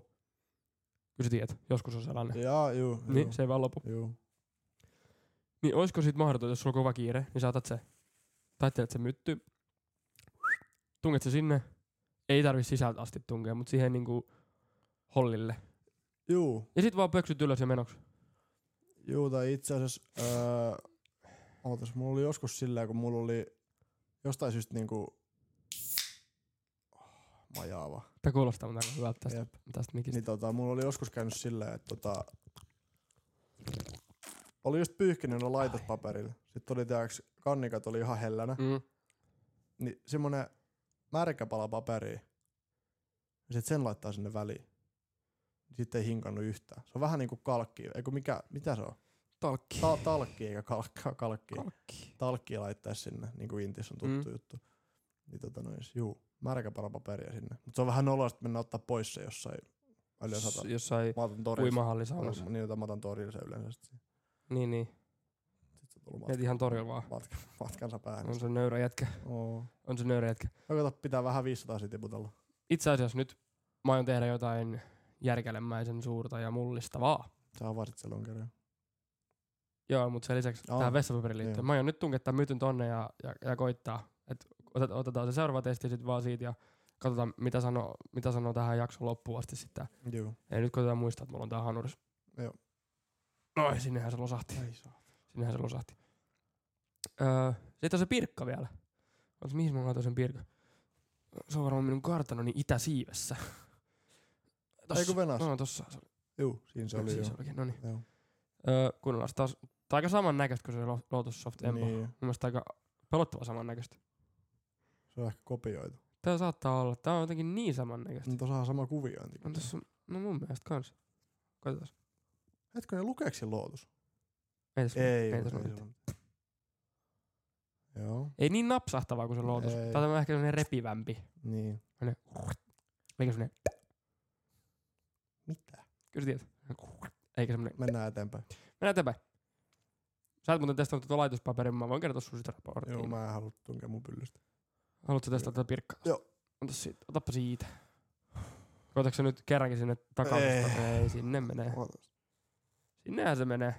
Kyllä sä tiedät, joskus on sellainen. Jaa, juu, juu, Niin, se ei vaan lopu. juu. Niin olisiko sit mahdoton, jos sulla on kova kiire, niin saatat se, taittelet se mytty, tunget se sinne, ei tarvi sisältä asti tunkea, mutta siihen niinku hollille. Juu, Ja sit vaan pöksyt ylös ja menoks. juu, tai itse asiassa, öö, ootas, mulla oli joskus sillä, kun mulla oli jostain syystä niinku oh, majaava. Tää kuulostaa mutta aika hyvältä tästä, Jep. tästä mikistä. Niin tota, mulla oli joskus käynyt silleen, että tota, oli just pyyhkinyt ne laitospaperilla. Sitten oli tiiäks, kannikat oli ihan hellänä. Mm. Niin semmonen märkä pala paperia. Ja sit sen laittaa sinne väliin. Sitten ei hinkannut yhtään. Se on vähän niinku kalkki. Eiku mikä, mitä se on? Talkki. Ta- talkki eikä kalkka, kalkki. Talkki. Talkki laittaa sinne, niinku Intis on tuttu Mm. juttu. Niin tota noin, juu, märkä pala paperia sinne. Mut se on vähän noloa, sit mennä ottaa pois se jossain. Älä S- sata. Jossain Mä otan torilla. uimahallisaunassa. Niin, jota mä otan torilla se yleensä. Sitten Niin, niin. sit se on tullut Et ihan torilla vaan. matka, matkansa päähän. On se nöyrä jätkä. Oo. On se nöyrä jätkä. No kato, pitää vähän 500 sitten tiputella. Itse asiassa nyt mä aion tehdä jotain järkälemäisen suurta ja mullistavaa. Sä avasit sen lonkeroon. Joo, mutta sen lisäksi Joo. oh. tähän vessapaperiin liittyen. Joo. Mä aion nyt tunkettaa mytyn tonne ja, ja, ja koittaa. Et otet, otetaan se seuraava testi sitten vaan siitä ja katsotaan, mitä sanoo, mitä sanoo tähän jakson loppuun asti sitten. Juu. Ei nyt koitetaan muistaa, että mulla on tää hanuris. Joo. Noi, sinnehän se losahti. Ei saa. Sinnehän se losahti. Öö, sitten on se pirkka vielä. Olis, mihin mä laitoin sen pirkka? Se on varmaan minun kartanoni itäsiivessä. Ei kun venas. No, no tossa. Se oli, Juu, siinä se oli siinä joo. se olikin, no niin. Joo. Öö, kuunnellaan taas. Tää on aika samannäköistä kuin se Lo- Lotus Soft Empo. Niin. Mun Niin, mielestä aika pelottava samannäköistä. se on ehkä kopioitu. Tää saattaa olla. Tää on jotenkin niin samannäköistä. No tossa on sama kuviointi. On tossa, no mun mielestä kans. Katsotaan. Hetkinen, lukeeko se lootus? Ei tässä Ei, ei, joo, tässä ei mitään. se on. Joo, ei niin napsahtavaa kuin se Lotus. Ei. Tää on ehkä sellainen repivämpi. niin. Eikä sellainen Mitä? Kyllä sä tiedät. Eikä semmonen. Mennään eteenpäin. Mennään eteenpäin. Sä oot muuten testannut tuon laitospaperin, mä voin kertoa sun sitä raporttia. Joo, mä en halua tunkea mun pyllystä. Haluatko sä testata tätä pirkkaa? Joo. Ota siitä. Otappa siitä. Koetatko sä nyt kerrankin sinne takavasta? Ei. Ei. Ei, sinne menee. Ootas. Sinnehän se menee.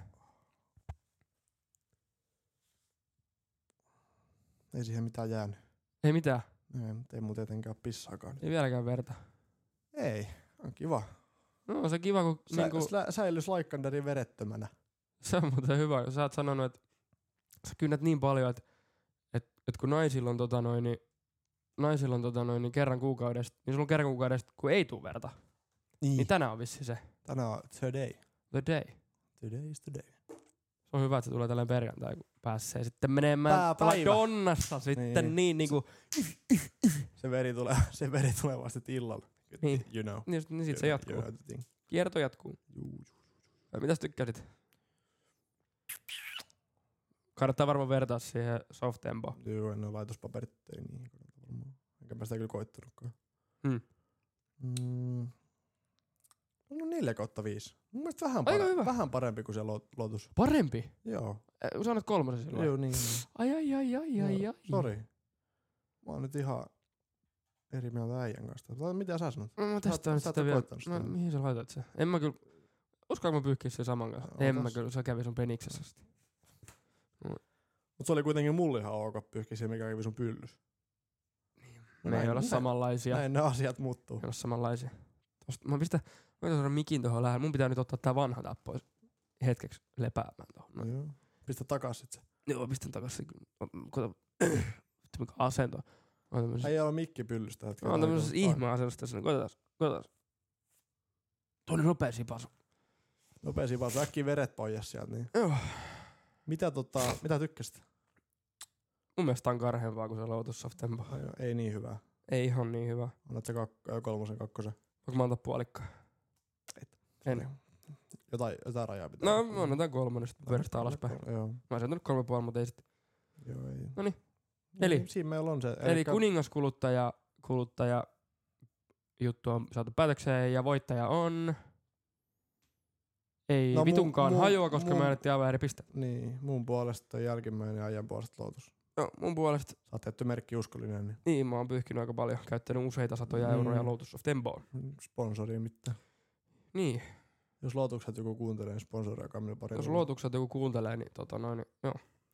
Ei siihen mitään jäänyt. Ei mitään. Ei, mutta ei mun tietenkään ole pissaakaan. Ei vieläkään verta. Ei, on kiva. No on se kiva, kun Sä, niinku, slä, säilys laikkanderin verettömänä. se on muuten hyvä, kun sä oot sanonut, että sä kynnät niin paljon, että et, et kun naisilla on, tota noin, niin, naisilla on tota noin, niin kerran kuukaudesta, niin sulla on kerran kuukaudesta, kun ei tuu verta. Niin tänään on vissi se. Tänään on today. The day. Today is today. Se on hyvä, että se tulee tälleen perjantai, kun pääsee sitten menemään Pääpäivä. tuolla donnassa sitten niin, Niin. niin, niin kuin, Se veri tulee, se veri tulee vasta sit illalla. Niin. You know. niin, sit- niin sit se You- jatkuu. you know the thing. Kierto jatkuu. Juu, juu. Ai, Mitäs tykkäsit? Kannattaa varmaan vertaa siihen soft tempoon. Joo, en ole laitospaperit, ei niin kannata varmaan. Enkä mä sitä kyllä koittanutkaan. Mm. Mm. No 4 kautta 5. Mun mielestä vähän, Aika pare- hyvä. vähän parempi kuin se lo- lotus. Parempi? Joo. Eh, Sä annat kolmosen silloin. Joo, niin. Ai ai ai ai Joo, ai ai. Sori. Mä oon nyt ihan eri mieltä äijän kanssa. Tai Mitä sä sanot? No, mä Sä testaan oot- nyt sä oot sitä vielä. koittanut sitä. Mä, mihin sä laitat sen? En mä kyllä... Uskaanko mä pyyhkiä sen saman kanssa? Otas. En mä kyllä, se kävi sun peniksessä asti. No Mut se oli kuitenkin mulle ihan ok pyyhki se, mikä kävi sun pyllys. No Niin. Me ei näin- olla näin- samanlaisia. Näin ne asiat muuttuu. Ei olla samanlaisia. Tosta, mä pistän, mä pistän saada mikin tuohon lähelle. Mun pitää nyt ottaa tää vanha tää pois hetkeksi lepäämään tuohon. No, Joo. Pistä takas sit se. joo, mä pistän takaisin. Kato, vittu mikä asento. Mä oon tämmöisessä, Ei ole mikki pyllystä hetkellä. mä oon tämmöisessä aikaa. ihme-asennossa tässä. niin Koitetaan, koitetaan. Tuo oli nopea sipasu. Nopea sipaus, äkkiä veret pois sieltä. Niin. Joo. Mitä, tota, mitä tykkäsit? Mun mielestä tää on karheempaa kuin se Lotus Soft Tempo. Ai joo, Ei niin hyvää. Ei ihan niin hyvä. Annat se kak- ö, kolmosen kakkosen. Niin. Voinko mä antaa puolikkaa? En. Jotain, jotain rajaa pitää. No, olla. mä annetaan kolmonen, sitten pyörästään alaspäin. Mä Joo, oon antanut kolme puoli, mutta ei sit. joo ei. Noniin. No Eli- niin, Siinä meillä on se. Eli kuningaskuluttaja kuluttaja juttu on saatu päätökseen ja voittaja on... Ei no, No, mu- vitunkaan mu- hajoa, koska mu- me annettiin aivan eri piste. Niin, mun puolesta jälkimmäinen ja ajan puolesta luotus. No, mun puolesta, Sä oot tietty merkki uskollinen, niin niin mä oon pyyhkinyt aika paljon, käyttänyt useita satoja mm. Mm. euroja Lotus of Temboon. niin sponsori mitään. Niin, Jos luotukset joku kuuntelee, niin sponsoroikaa minulle pari. jos tuntia. luotukset joku kuuntelee, niin tota noin, niin, joo,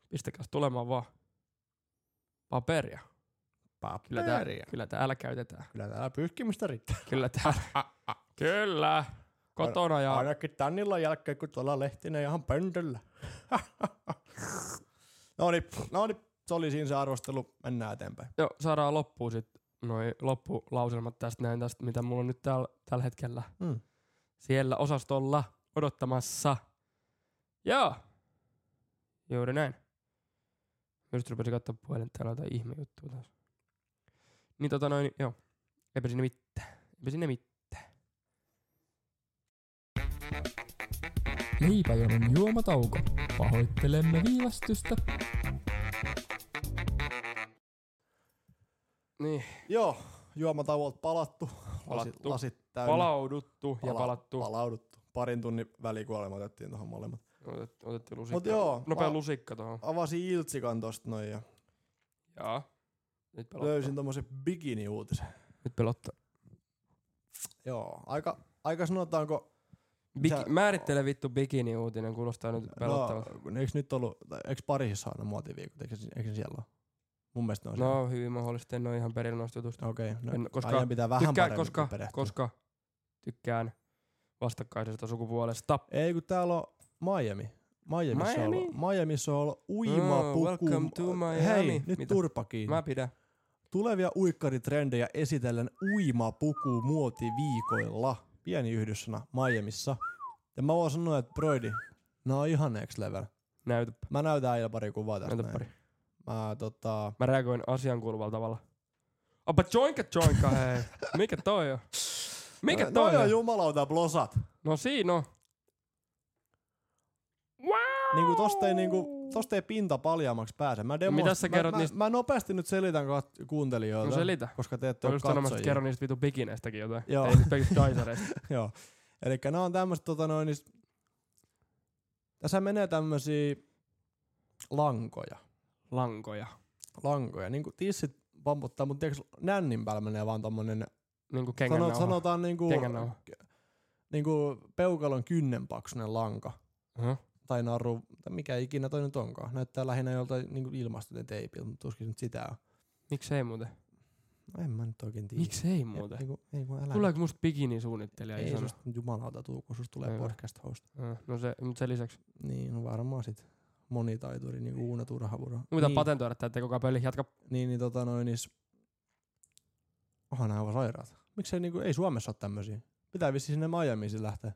pistäkää tulemaan vaan paperia. Kyllä tää, Paperia. kyllä täällä käytetään. Kyllä täällä pyyhkimistä riittää. Kyllä täällä. kyllä. Kotona ja Ainakin tannilla jälkeen, kun tuolla Lehtinen ihan pöntöllä. no niin, no niin, se oli siinä se arvostelu. Mennään eteenpäin. Joo, saadaan loppuun sit noi loppulauselmat tästä näin tästä, mitä mulla on nyt täällä, tällä hetkellä Mm. siellä osastolla odottamassa. Joo. Juuri näin. Mä just rupesin katsoa puhelin, että täällä on jotain ihme juttua taas. Niin tota noin, joo. Eipä sinne mitään. Eipä sinne mitään. Leipäjonon juomatauko. Pahoittelemme viivästystä. Niin, Joo, juomatauolta palattu. Lasit, Palattu. lasit täynnä. palauduttu ja Pala- palattu. Palauduttu. Parin tunnin välikuolema otettiin tuohon molemmat. Otet, otettiin lusikka. Mut joo, Nopea mä- lusikka tohon. Avasin Iltsikan tosta noin ja Jaa. Nyt pelottaa. löysin tommosen bikini-uutisen. Nyt pelottaa. Joo, aika, aika sanotaanko... Biki- määrittele vittu bikini-uutinen, kuulostaa nyt pelottavalta. No, eikö nyt ollut, tai eikö Pariisissa aina muotiviikot, eikö, eikö ne siellä ole? Mun mielestä ne on siellä. No hyvin mahdollisesti, en ole ihan perillä noista jutuista. Okei, okay, no, En- koska aion pitää vähän tykkään, paremmin koska, perehtyä. koska tykkään vastakkaisesta sukupuolesta. Ei kun täällä on Miami. Miamiissa on Miami? ollut, Miamiissa on ollut uima Oh, puku. welcome to Miami. Hei, nyt Mitä? turpa kiinni. Mä pidän. Tulevia uikkaritrendejä esitellen uimapuku muoti viikoilla. Pieni yhdyssana Miamiissa. Ja mä voin sanoa, että Broidi, nää on ihan next level. Näytäpä. Mä näytän äijällä pari kuvaa tästä. Näytä näin. pari. Mä tota... Mä reagoin asian kuuluvalla tavalla. Apa joinka joinka hei. Mikä toi on? Mikä no, toi no, on? on jumalauta blosat. No siinä on. Niinku tosta ei, niinku, tosta ei pinta paljaammaksi pääse. Mä, demos, Mitä sä mä, kerrot mä, niistä- mä, nopeasti nyt selitän kat- kuuntelijoille. No selitä. Koska te ette Mä ole just sanomassa, katsojia. että kerron niistä vitu bikineistäkin jotain. Joo. Ei nyt pelkistä kaisareista. Joo. Eli nämä on tämmöistä, tota noin, niin s- tässä menee tämmöisiä lankoja. Lankoja. Lankoja, niin kuin tissit vamputtaa, mutta tiiäks, nännin päällä menee vaan tommonen, Niinku sanot, kengännauha. sanotaan niinku, Kengännauha. niinku peukalon kynnen paksunen lanka Aha. tai naru, tai mikä ikinä toi nyt onkaan. Näyttää lähinnä joltain niinku ilmastoten teipiltä, mutta tuskin nyt sitä on. Miksei muuten? No en mä nyt oikein tiedä. Miksei muuten? Ei, kun, ei kun älä. Tuleeko musta bikinisuunnittelija? ei isona? susta jumalauta tuu, kun susta tulee Ei. podcast host. Joo, No se, mutta sen lisäksi. Niin, no varmaan sit monitaituri, niin kuin Uuna Turhavuro. Mun pitää niin, patentoida tää teko peli. Jatka. niin, niin tota noin, niin s- onhan nämä aivan sairaat. Miksei niinku, ei Suomessa ole tämmösiä? Pitää vissi sinne Miamiin sit lähteä.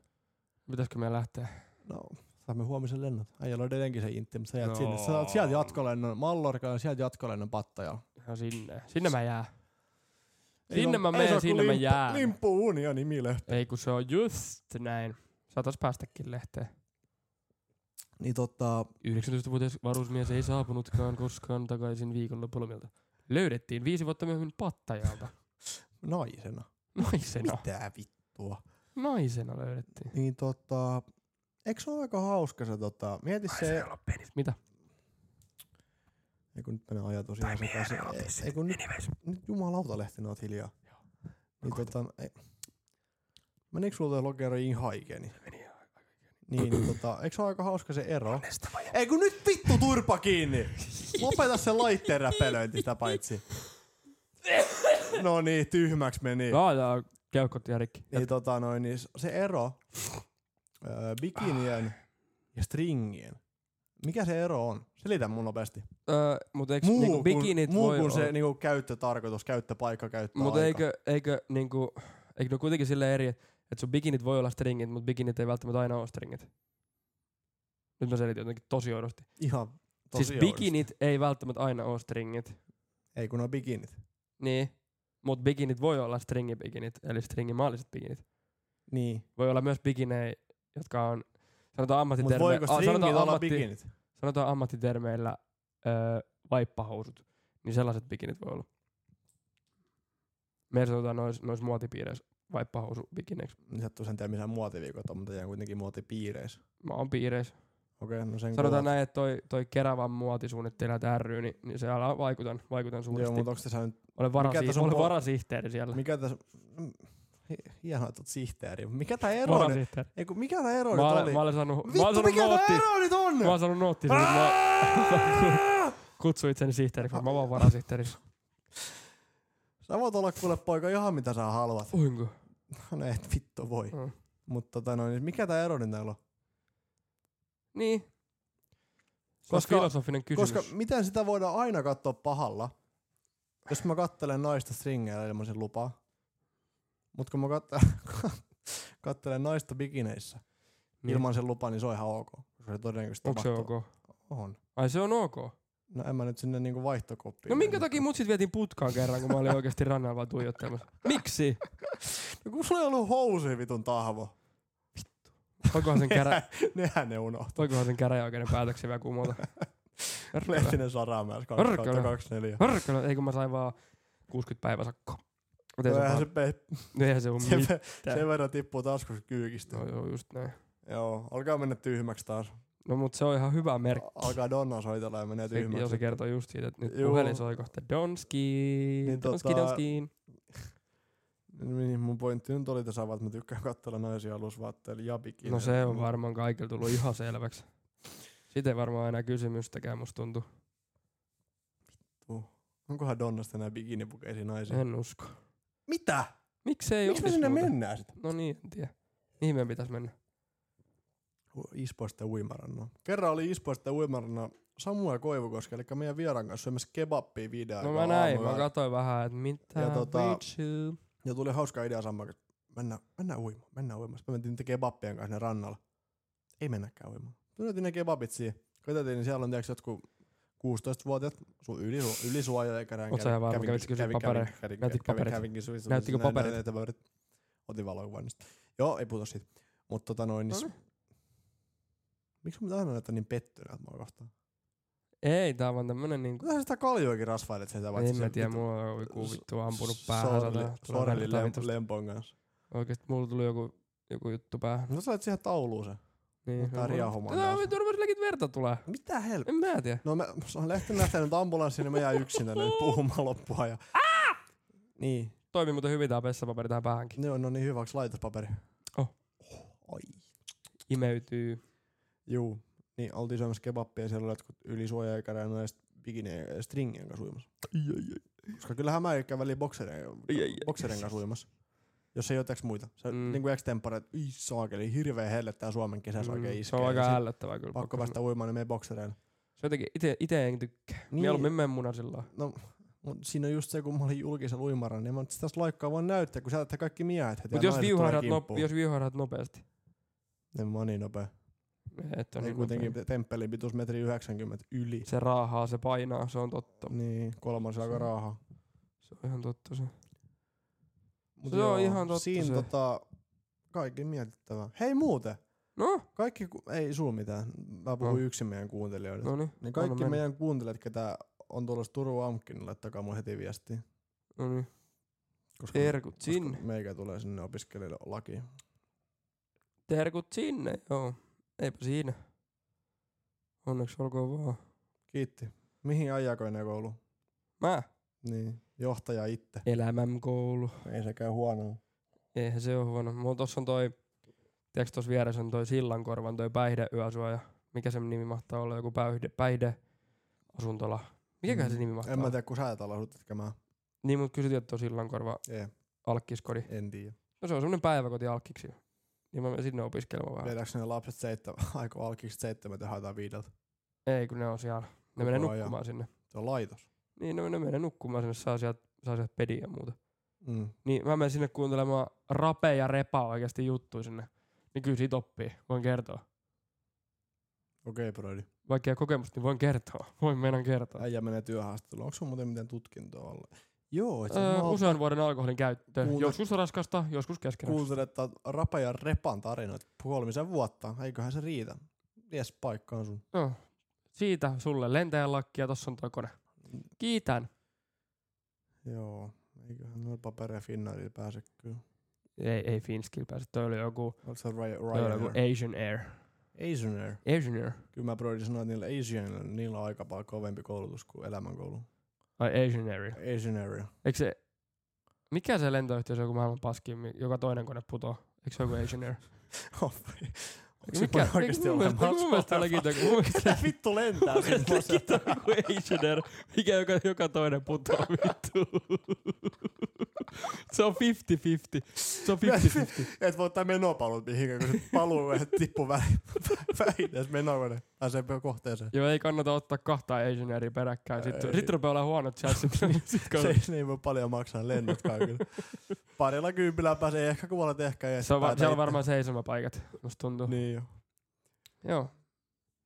Pitäisikö meidän lähteä? No, saamme huomisen lennot. Äijällä on edelleenkin se intti, mutta sä jäät No. no. sinne. Sä saat sieltä jatkolennon Mallorkaan ja sieltä jatkolennon Pattajalla. No sinne. Sinne mä jää. Ei Sinne oo- mä ei menen, se oo kuin sinne mä limppu- jään. Limppu unia nimilehti. Ei kun se on just näin. Saatais päästäkin lehteen. Niin tota, 19-vuotias varusmies ei saapunutkaan koskaan takaisin viikonloppulomilta. Löydettiin viisi vuotta myöhemmin pattajalta. naisena. Naisena. Mitä vittua? Naisena löydettiin. Niin tota, eikö se ole aika hauska se tota, mieti se, on penis. Mitä? Ei kun nyt menee ajatus ihan sekaisin. Ei, ei kun nyt, nyt jumalauta lehtinä oot hiljaa. Niin tota, ei. Menikö sulla toi lokero ihan haikeeni? Niin, niin tota, eikö se ole aika hauska se ero? Ei kun nyt vittu turpa kiinni! Lopeta se laitteen räpelöinti sitä paitsi. No niin, tyhmäks meni. Laaja keuhkot ja rikki. Niin tota noin, niin se ero öö, bikinien ja stringien. Mikä se ero on? Selitä mun nopeasti. Öö, mut eiks Muu, niinku bikinit kun, muu voi kuin olla- se niinku, käyttötarkoitus, käyttöpaikka, käyttöaika. Mutta eikö, eikö, niinku, eikö ne ole kuitenkin silleen eri, että sun bikinit voi olla stringit, mutta bikinit ei välttämättä aina ole stringit. Nyt mä selitin jotenkin tosi oudosti. Ihan tosi Siis oudosti. bikinit ei välttämättä aina ole stringit. Ei kun on bikinit. Niin. Mutta bikinit voi olla stringibikinit, eli stringimaaliset bikinit. Niin. Voi olla myös bikinejä, jotka on, sanotaan Mutta ammattitermeillä, voiko stringit sanotaan, olla ammatti- bikinit? sanotaan ammattitermeillä öö, vaippahousut, niin sellaiset bikinit voi olla. Meillä sanotaan nois, nois muotipiireissä vaippahousu bikineiksi. Niin sattuu sen tiedä missään muotiviikot on, mutta jää kuitenkin muotipiireissä. Mä oon piireissä. Okei, no sen Sanotaan kuulet. näin, että toi, toi Keravan muotisuunnittelijat ry, niin, niin se ala vaikutan, vaikutan Joo, suuresti. mutta onks tässä nyt, Olen, mikä varasi, tässä on olen po- varasihteeri siellä. mikä tässä, mm, hi- hienoa, että oot sihteeri. Mikä tää ero nyt, Varasihteeri. ei kun mikä tää ero Mä, nyt olen, oli? mä olen saanut, mä olen Vittu, saanut mikä nootti. tää ero nyt on? Mä olen saanut nootti. siitä, että Mä Aaaaah! kutsun itseni sihteeriksi, mutta mä oon vaan varasihteeri. Sä voit olla kuule poika ihan mitä sä haluat. Oinko? No et vittu voi. Mm. Mutta tota noin, mikä tää ero nyt näillä on? Niin. Koska, Koska- filosofinen kysymys. Koska miten sitä voidaan aina katsoa pahalla, jos mä kattelen naista stringeillä ilman sen lupaa. Mut kun mä kat- kattelen naista bikineissä niin. ilman sen lupaa, niin se on ihan ok. Koska se todennäköisesti Onko se ok? tapahtuu. On. Ai se on ok. No en mä nyt sinne niinku vaihtokoppiin. No minkä mennyt. takia mut sit vietiin putkaan kerran, kun mä olin oikeesti rannalla vaan tuijottelemassa? Miksi? No kun sulla ei ollut housuja vitun tahvo. Voikohan sen, kärä, Nehän ne unohtuu. voikohan sen käräjäoikeuden päätöksen vielä kumota? Lehtinen Saramäes Örkölä. 24. Hörkölö, ei kun mä sain vaan 60 päivä sakkoa. Mut ei se, Eihän vaan, se, pe- no eihän se oo se mitään. pe- sen verran tippuu taskussa kyykistä. No joo, just näin. Joo, alkaa mennä tyhmäksi taas. No mut se on ihan hyvä merkki. Alkaa Donna soitella ja menee Se, jos se tyhmäksi. kertoo just siitä, että nyt Juu. puhelin soi kohta Donski, niin Donski, tota- Donski. Niin, mun pointti nyt oli tässä, vaan, että mä tykkään katsella naisia alusvaatteilla ja bikineillä. No se on Mut- varmaan kaikilla tullut ihan selväksi. Siitä ei varmaan enää kysymystäkään musta tuntuu. Onkohan Donnasta enää bikinipukeisia naisia? En usko. Mitä? Miksei Miksi me olis sinne muuta? mennään sitten? No niin, en tiedä. Mihin meidän pitäis mennä? Ispoista uimaranna. Kerran oli Ispoista uimaranna Samuel Koivukoski, eli meidän vieraan kanssa syömässä kebappia videoa. No mä näin, mä katsoin vähän, että mitä Ja tota- vitsi. Ja tuli hauska idea Samuel, että mennään, mennään uimaan, mennään uimaan. Sitten me mentiin niiden kebappien kanssa ne rannalla. Ei mennäkään uimaan. Tunnettiin ne kebabit siihen. Katsotiin, niin siellä on tiiäks jotkut 16-vuotiaat sun yli, ylisuoja eikä näin. Oot sä ihan varma, kävitkö kysyä papereita? kävin, Näytitkö paperit? kävinkin sun- sun- Näyttikö sun- näin- paperit? näin- näitä paperit? Otin valokuvan niistä. Joo, ei puhuta siitä. Mutta tota noin, niin... Miksi mä aina näytän niin pettyneet mua kohtaan? Ei, tää on vaan tämmönen niinku... Mitä sä sitä kaljuakin rasvailet sen? sä vaan, En että mä se tiedä, vitu- mulla on joku s- vittu ampunut s- päähän. sorli- sata- tulee Sorelin verta lem- vitusta. lempon kanssa. Oikeesti mulla tuli joku joku juttu päähän. No sä laitat siihen tauluun sen. Niin, Tää riahumaan Tää taas. on turvallisellekin verta tulee. Mitä helppoa? En mä tiedä. No mä, se on Lehti lähtenyt ambulanssiin, niin mä jään yksin tänne nyt puhumaan loppua. Ja... Ah! Niin. Toimii muuten hyvin tää vessapaperi tähän päähänkin. Ne on, no niin hyväksi laitospaperi. Oh. Oi. Imeytyy. Juu. Niin, oltiin syömässä kebappia ja siellä oli jotkut ylisuojaikäreen näistä bikineen ja stringien kanssa uimassa. Koska kyllähän mä käyn väliin boksereen, Ai, ai, ai. boksereen kanssa uimassa. Jos ei jotain muita. Se Mm. mm. niinku extempore, että ii saakeli, hirveä helle tää Suomen kesässä mm. oikein Mm, iskee. se on Ja aika sit ällöttävää kyllä. Pakko pakko päästä uimaan, niin menen boksereen. sanoa. Se jotenkin ite, ite en tykkää. Niin. Mieluummin menen munasillaan. No, mut siinä on just se, kun mä olin julkisen uimaran, niin mä nyt sitä laikkaa vaan näyttää, kun sä kaikki miehet heti. Mut ja jos naiset tulee viuhahdat, no, kimppuun. jos viuhahdat nopeasti. En mä oon niin nopea. Et on Ei niin kuitenkin nopea. nopea. temppelin pituus metri 90 yli. Se raahaa, se painaa, se on totta. Niin, kolmas aika Se- raaha. Se on ihan totta se. Mut Se on ihan totta Siinä se. tota, kaikki mietittävää. Hei muuten, No, kaikki, ku- ei sul mitään, mä puhun No. yksin meidän kuuntelijoille. no niin. Niin kaikki mennä. meidän kuuntelijat, ketä on tuolla Turun Amkin, laittakaa mun heti viestiä. No niin. Koska, Terkut koska sinne. Meikä tulee sinne opiskelijoille laki. Terkut sinne, joo. Eipä siinä. Onneksi olkoon vaan. Kiitti. Mihin ajakoinen koulu? Mä. Niin, johtaja itse. Elämänkoulu. Ei sekään huono. Eihän se ole huono. Mulla tossa on toi, tiedätkö tossa vieressä on toi Sillankorvan toi päihdeyösuoja. Mikä sen nimi mahtaa olla? Joku päihde, päihdeasuntola. Mikäköhän se nimi mahtaa Mm. En mä olla? tiedä, kun sä et ala tekemään. Niin, mut kysyttiin, että on Sillankorva Ei, alkkiskodi. en tiedä. No se on semmonen päiväkoti alkkiksi. Niin mä menen sinne opiskelemaan vähän. Vedäks ne lapset seitsemän, aiku alkiksi seitsemän ja haetaan viideltä. Ei, kun ne on siellä. Ne menee ajan. nukkumaan sinne. Se on laitos. Niin, ne, ne menee nukkumaan sinne, saa sieltä, saa sieltä pediä ja muuta. Mm. Niin mä menen sinne kuuntelemaan rape ja repa oikeasti juttuja sinne. Niin kyllä siitä oppii, voin kertoa. Okei, okay, Brody. Vaikea kokemus, niin voin kertoa. Voin meinaan kertoa. Äijä menee työhaastatteluun. Onko sun muuten mitään tutkintoa alle? Joo, että Öö, öö, usein usean vuoden alkoholin käyttö. Kuunte- Joskus raskasta, joskus keskeneräistä. kuuntelet tää Rapa ja Repan tarinoita kolmisen vuotta. Eiköhän se riitä. Jes, paikka on sun. No. Siitä sulle lentäjän lakki ja tossa on toi kone. Kiitän. Joo, eiköhän noin paperia Finnairilla pääse kyllä. Ei, ei Finskillä pääse. Toi oli joku, Oletko sä Ry- toi oli joku Ryanair? Asian Air. Asian Air. Asian Air. Kyllä mä Brody sanoin, että niillä Asianilla, niillä on aika paljon kovempi koulutus kuin elämänkoulu. Ai Asian Air. Asian Air. Eikö se, mikä se lentoyhtiö se on, kun maailman paskin, joka toinen kone putoo? Eikö se joku Asian Air? Onko Oh, se Mikä- mun oikeesti eikö mun mielestä- olemassa? Mun mielestä olikin joku. Mun mielestä Mitä vittu lentää Mun mielestä semmoiset? on joku Asian Air, mikä joka, joka toinen putoo vittu. Se on 50-50. Se on 50-50. Et voi ottaa menopalut mihinkään, kun se paluu ja tippu väliin. Vähintään menokone pääsee kohteeseen. Joo, ei kannata ottaa kahta engineeriä peräkkäin. Sitten Ei. sit rupeaa olla huonot chanssit. niin sit kun- Se, ei- ne ei voi paljon maksaa lennot kaikille. Parilla kympillä pääsee ehkä kuvalat ehkä. Ja se on, va- päätä siellä on itse. varmaan seisomapaikat, musta tuntuu. Niin jo. Joo.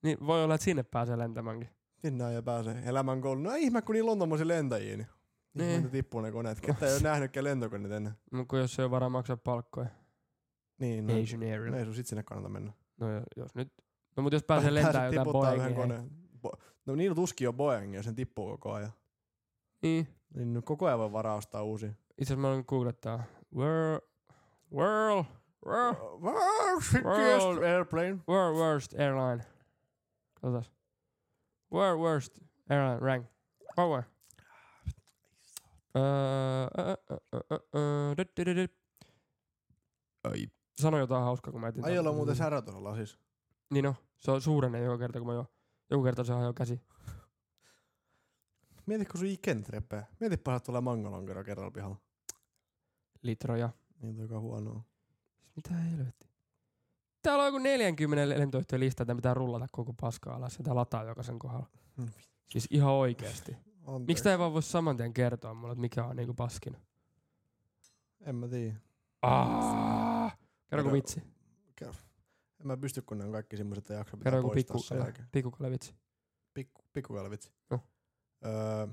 Niin voi olla, että sinne pääsee lentämäänkin. Sinne ja pääsee elämän koulu. No ihme, kun niillä on tommosia lentäjiä. Niin. Niin. Niin. tippuu ne koneet. Ketä ei ole nähnytkään lentokoneet ennen. Mut kun jos ei ole varaa maksaa palkkoja. Niin, no, No, no engineerille. ei sun sit sinne kannata mennä. No jo- jos nyt. No mut jos pääsee lentämään Pääset jotain tiputtaa yhden Boeingia. koneen. Bo- no niillä tuskin on Boeingia, jos sen tippuu koko ajan. Niin. Niin no, koko ajan voi varaustaa uusi. Itse asiassa mä olen googlettaa. World, world, world, World airplane. world worst airline. Katsotaan. World worst airline rank. Power. Öö, öö, öö, öö, öö, dö, dö, dö, dö. Sano jotain hauskaa, kun mä etin. Ai täältä. jolla on muuten särö tuolla lasissa. Niin no, se on suurenee joka kerta, kun mä jo. Joku kerta se hajoaa käsi. Mieti, kun sun iken trepää. Mieti päästä tuolla mangalonkero kerralla pihalla. Litroja. Niin toi on huonoa. Mitä helvettiä? Täällä on joku 40 lentoyhtiön lista, että pitää rullata koko paska alas ja tää lataa jokaisen kohdalla. Mm. Siis ihan oikeesti. Anteeksi. Miksi tää ei vaan voi saman tien kertoa mulle, että mikä on niinku paskin? En mä tiedä. Ah! Kerro joku Kerro- vitsi. En mä pysty, kun ne on kaikki semmoset, että jakso pitää Kerro joku poistaa pikku, se kaiken. pikkukale vitsi. Pikku, pikkukalvitsi. No. Öö,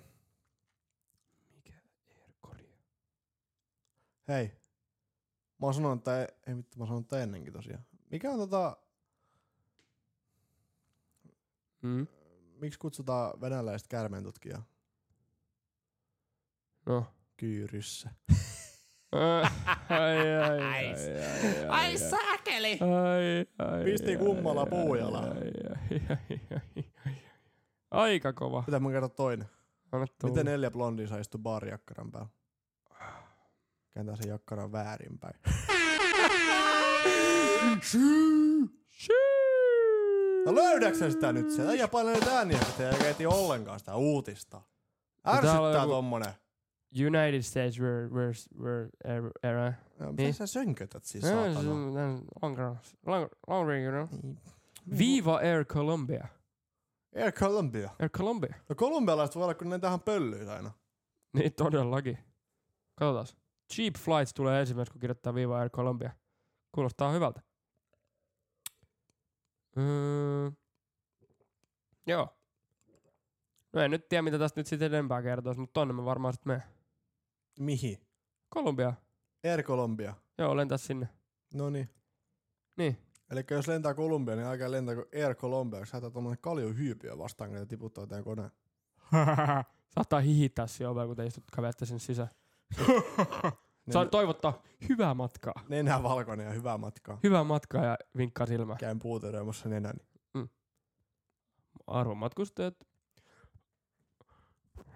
hei. Mä oon sanonut tää, ei vittu, mä oon sanonut tää ennenkin tosiaan. Mikä on tota, Mm. miksi kutsutaan venäläistä käärmeentutkijaa? No, Kyyryssä. Ai, ai, ai, ai, Ai, ai, ai, Ai saakeli! Ai, ai, Pisti ai, kummalla ai, puujalla. ai, ai, ai, ai, ai. Aika kova. Pitää mun kertoa toinen. Anna tulla. Miten neljä blondia saa istua baarijakkaran päällä? Kääntää sen jakkaran väärinpäin. No löydätkö sä sitä nyt sieltä? Äijä painaa näitä ääniä, kun ei käytiin ollenkaan sitä uutista. täällä on Ärsyttää No joku- tommonen. United States were, were, were era- era. No, Niin. mitä sä sönkötät siis Joo, se saatana? on- tää on Long, long, long range, you know. Niin. Viva Air Colombia. Air Columbia. Air Colombia. No kolumbialaiset voi olla, kun ne tähän pöllyy aina. Niin todellakin. Katsotaan. Cheap Flights tulee ensimmäisenä, kun kirjoittaa viiva Air Colombia. Kuulostaa hyvältä. Öö, joo. No en nyt tiedä, mitä tästä nyt sitten enempää kertoisi, mutta tonne me varmaan sitten me. Mihin? Kolumbia. Air Colombia. Joo, lentää sinne. No niin. Niin. Eli jos lentää Kolumbia, niin älkää lentääkö Air Colombia, jos hätää tommonen kaljuhyypiö vastaan, kun ne tiputtaa teidän koneen. Saattaa hihittää siihen oveen, kun te istut kävelette sinne sisään. Niin. Saan toivottaa hyvää matkaa. Nenä valkoinen ja hyvää matkaa. Hyvää matkaa ja vinkkaa silmää. Käyn puuteroimassa nenäni. Arvon matkustajat.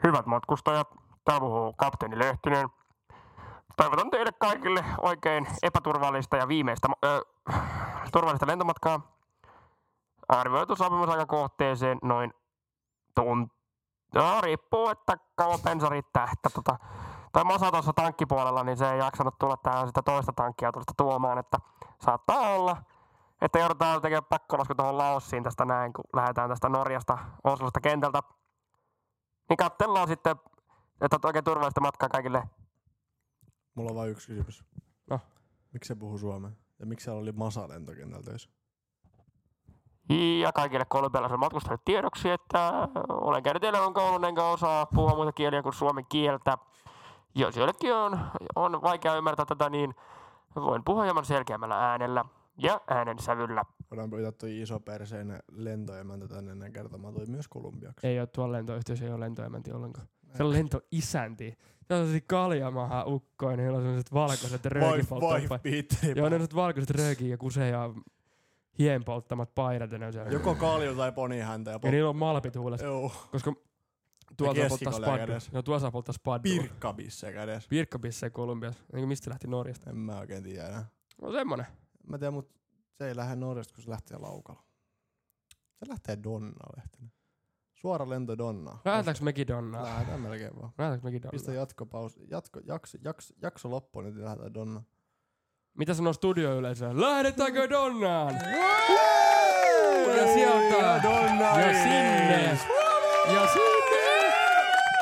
Hyvät matkustajat, tämä puhuu kapteeni Lehtinen. Toivotan teille kaikille oikein epäturvallista ja viimeistä ö, turvallista lentomatkaa. Arvioitu sopimusaika kohteeseen noin tunti. No, riippuu, että kauan bensa riittää. Että tota, toi Masa tuossa tankkipuolella, niin se ei jaksanut tulla tähän sitä toista tankkiautosta tuomaan, että saattaa olla, että joudutaan tekemään pakkolasku tuohon Laossiin tästä näin, kun lähdetään tästä Norjasta Oslosta kentältä niin katsellaan sitten, että on oikein turvallista matkaa kaikille. Mulla on vain yksi kysymys. No. Miksi se puhuu suomea? Ja miksi siellä oli Masa lentokentällä töissä? Ja kaikille kolumbialaisille matkustajille tiedoksi, että olen käynyt elämän koulun enkä osaa puhua muita kieliä kuin suomen kieltä. Jos joillekin on, on vaikea ymmärtää tätä, niin voin puhua hieman selkeämmällä äänellä ja äänensävyllä. Voidaan pyytää toi iso perseinen lentoemäntä tänne enää kertomaan toi myös Kolumbiaksi. Ei ole tuolla lentoyhtiössä, ei ole lentoemänti ollenkaan. Se on lentoisänti. Se on sellaisia kaljamaha ukkoja, joilla on sellaiset valkoiset röökin Voi, voi, Peter. Joo, ne on sellaiset valkoiset röökin ja kuseja hien polttamat paidat. Ja, ne on siellä. Joko kalju tai poni häntä ja ja pop. niillä on malpit huulessa, Joo. koska tuolla saa polttaa keskikolia spadua. kädessä. Joo, tuolla saa polttaa spadua. Pirkkabisse kädessä. Pirkkabisse Kolumbiassa. Niin mistä se lähti Norjasta? En mä oikein tiedä enää. No semmonen. Mä tiedän, mut se ei lähde Norjasta, kun se lähtee laukalla. Se lähtee Donnaan lähtenä. Suora lento Donnaan. Lähetäänkö mekin Donnaa? Lähetään melkein vaan. Lähetäänkö mekin Pistä Donnaa? jatkopaus, jatko, jakso, jakso, jakso loppuun, niin lähdetään Donnaan. Mitä sanoo studioyleisö? Lähdetäänkö Donnaan? Ja sieltä. Donnaan. Ja sinne. Ja sinne.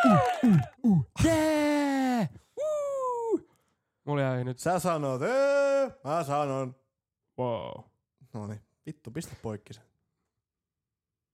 Uh, uh, uh. Yeah! Uh. Mulla jäi nyt. Sä sanot, ee, "Öö!" mä sanon. Wow. No niin, vittu, pistä poikki sen.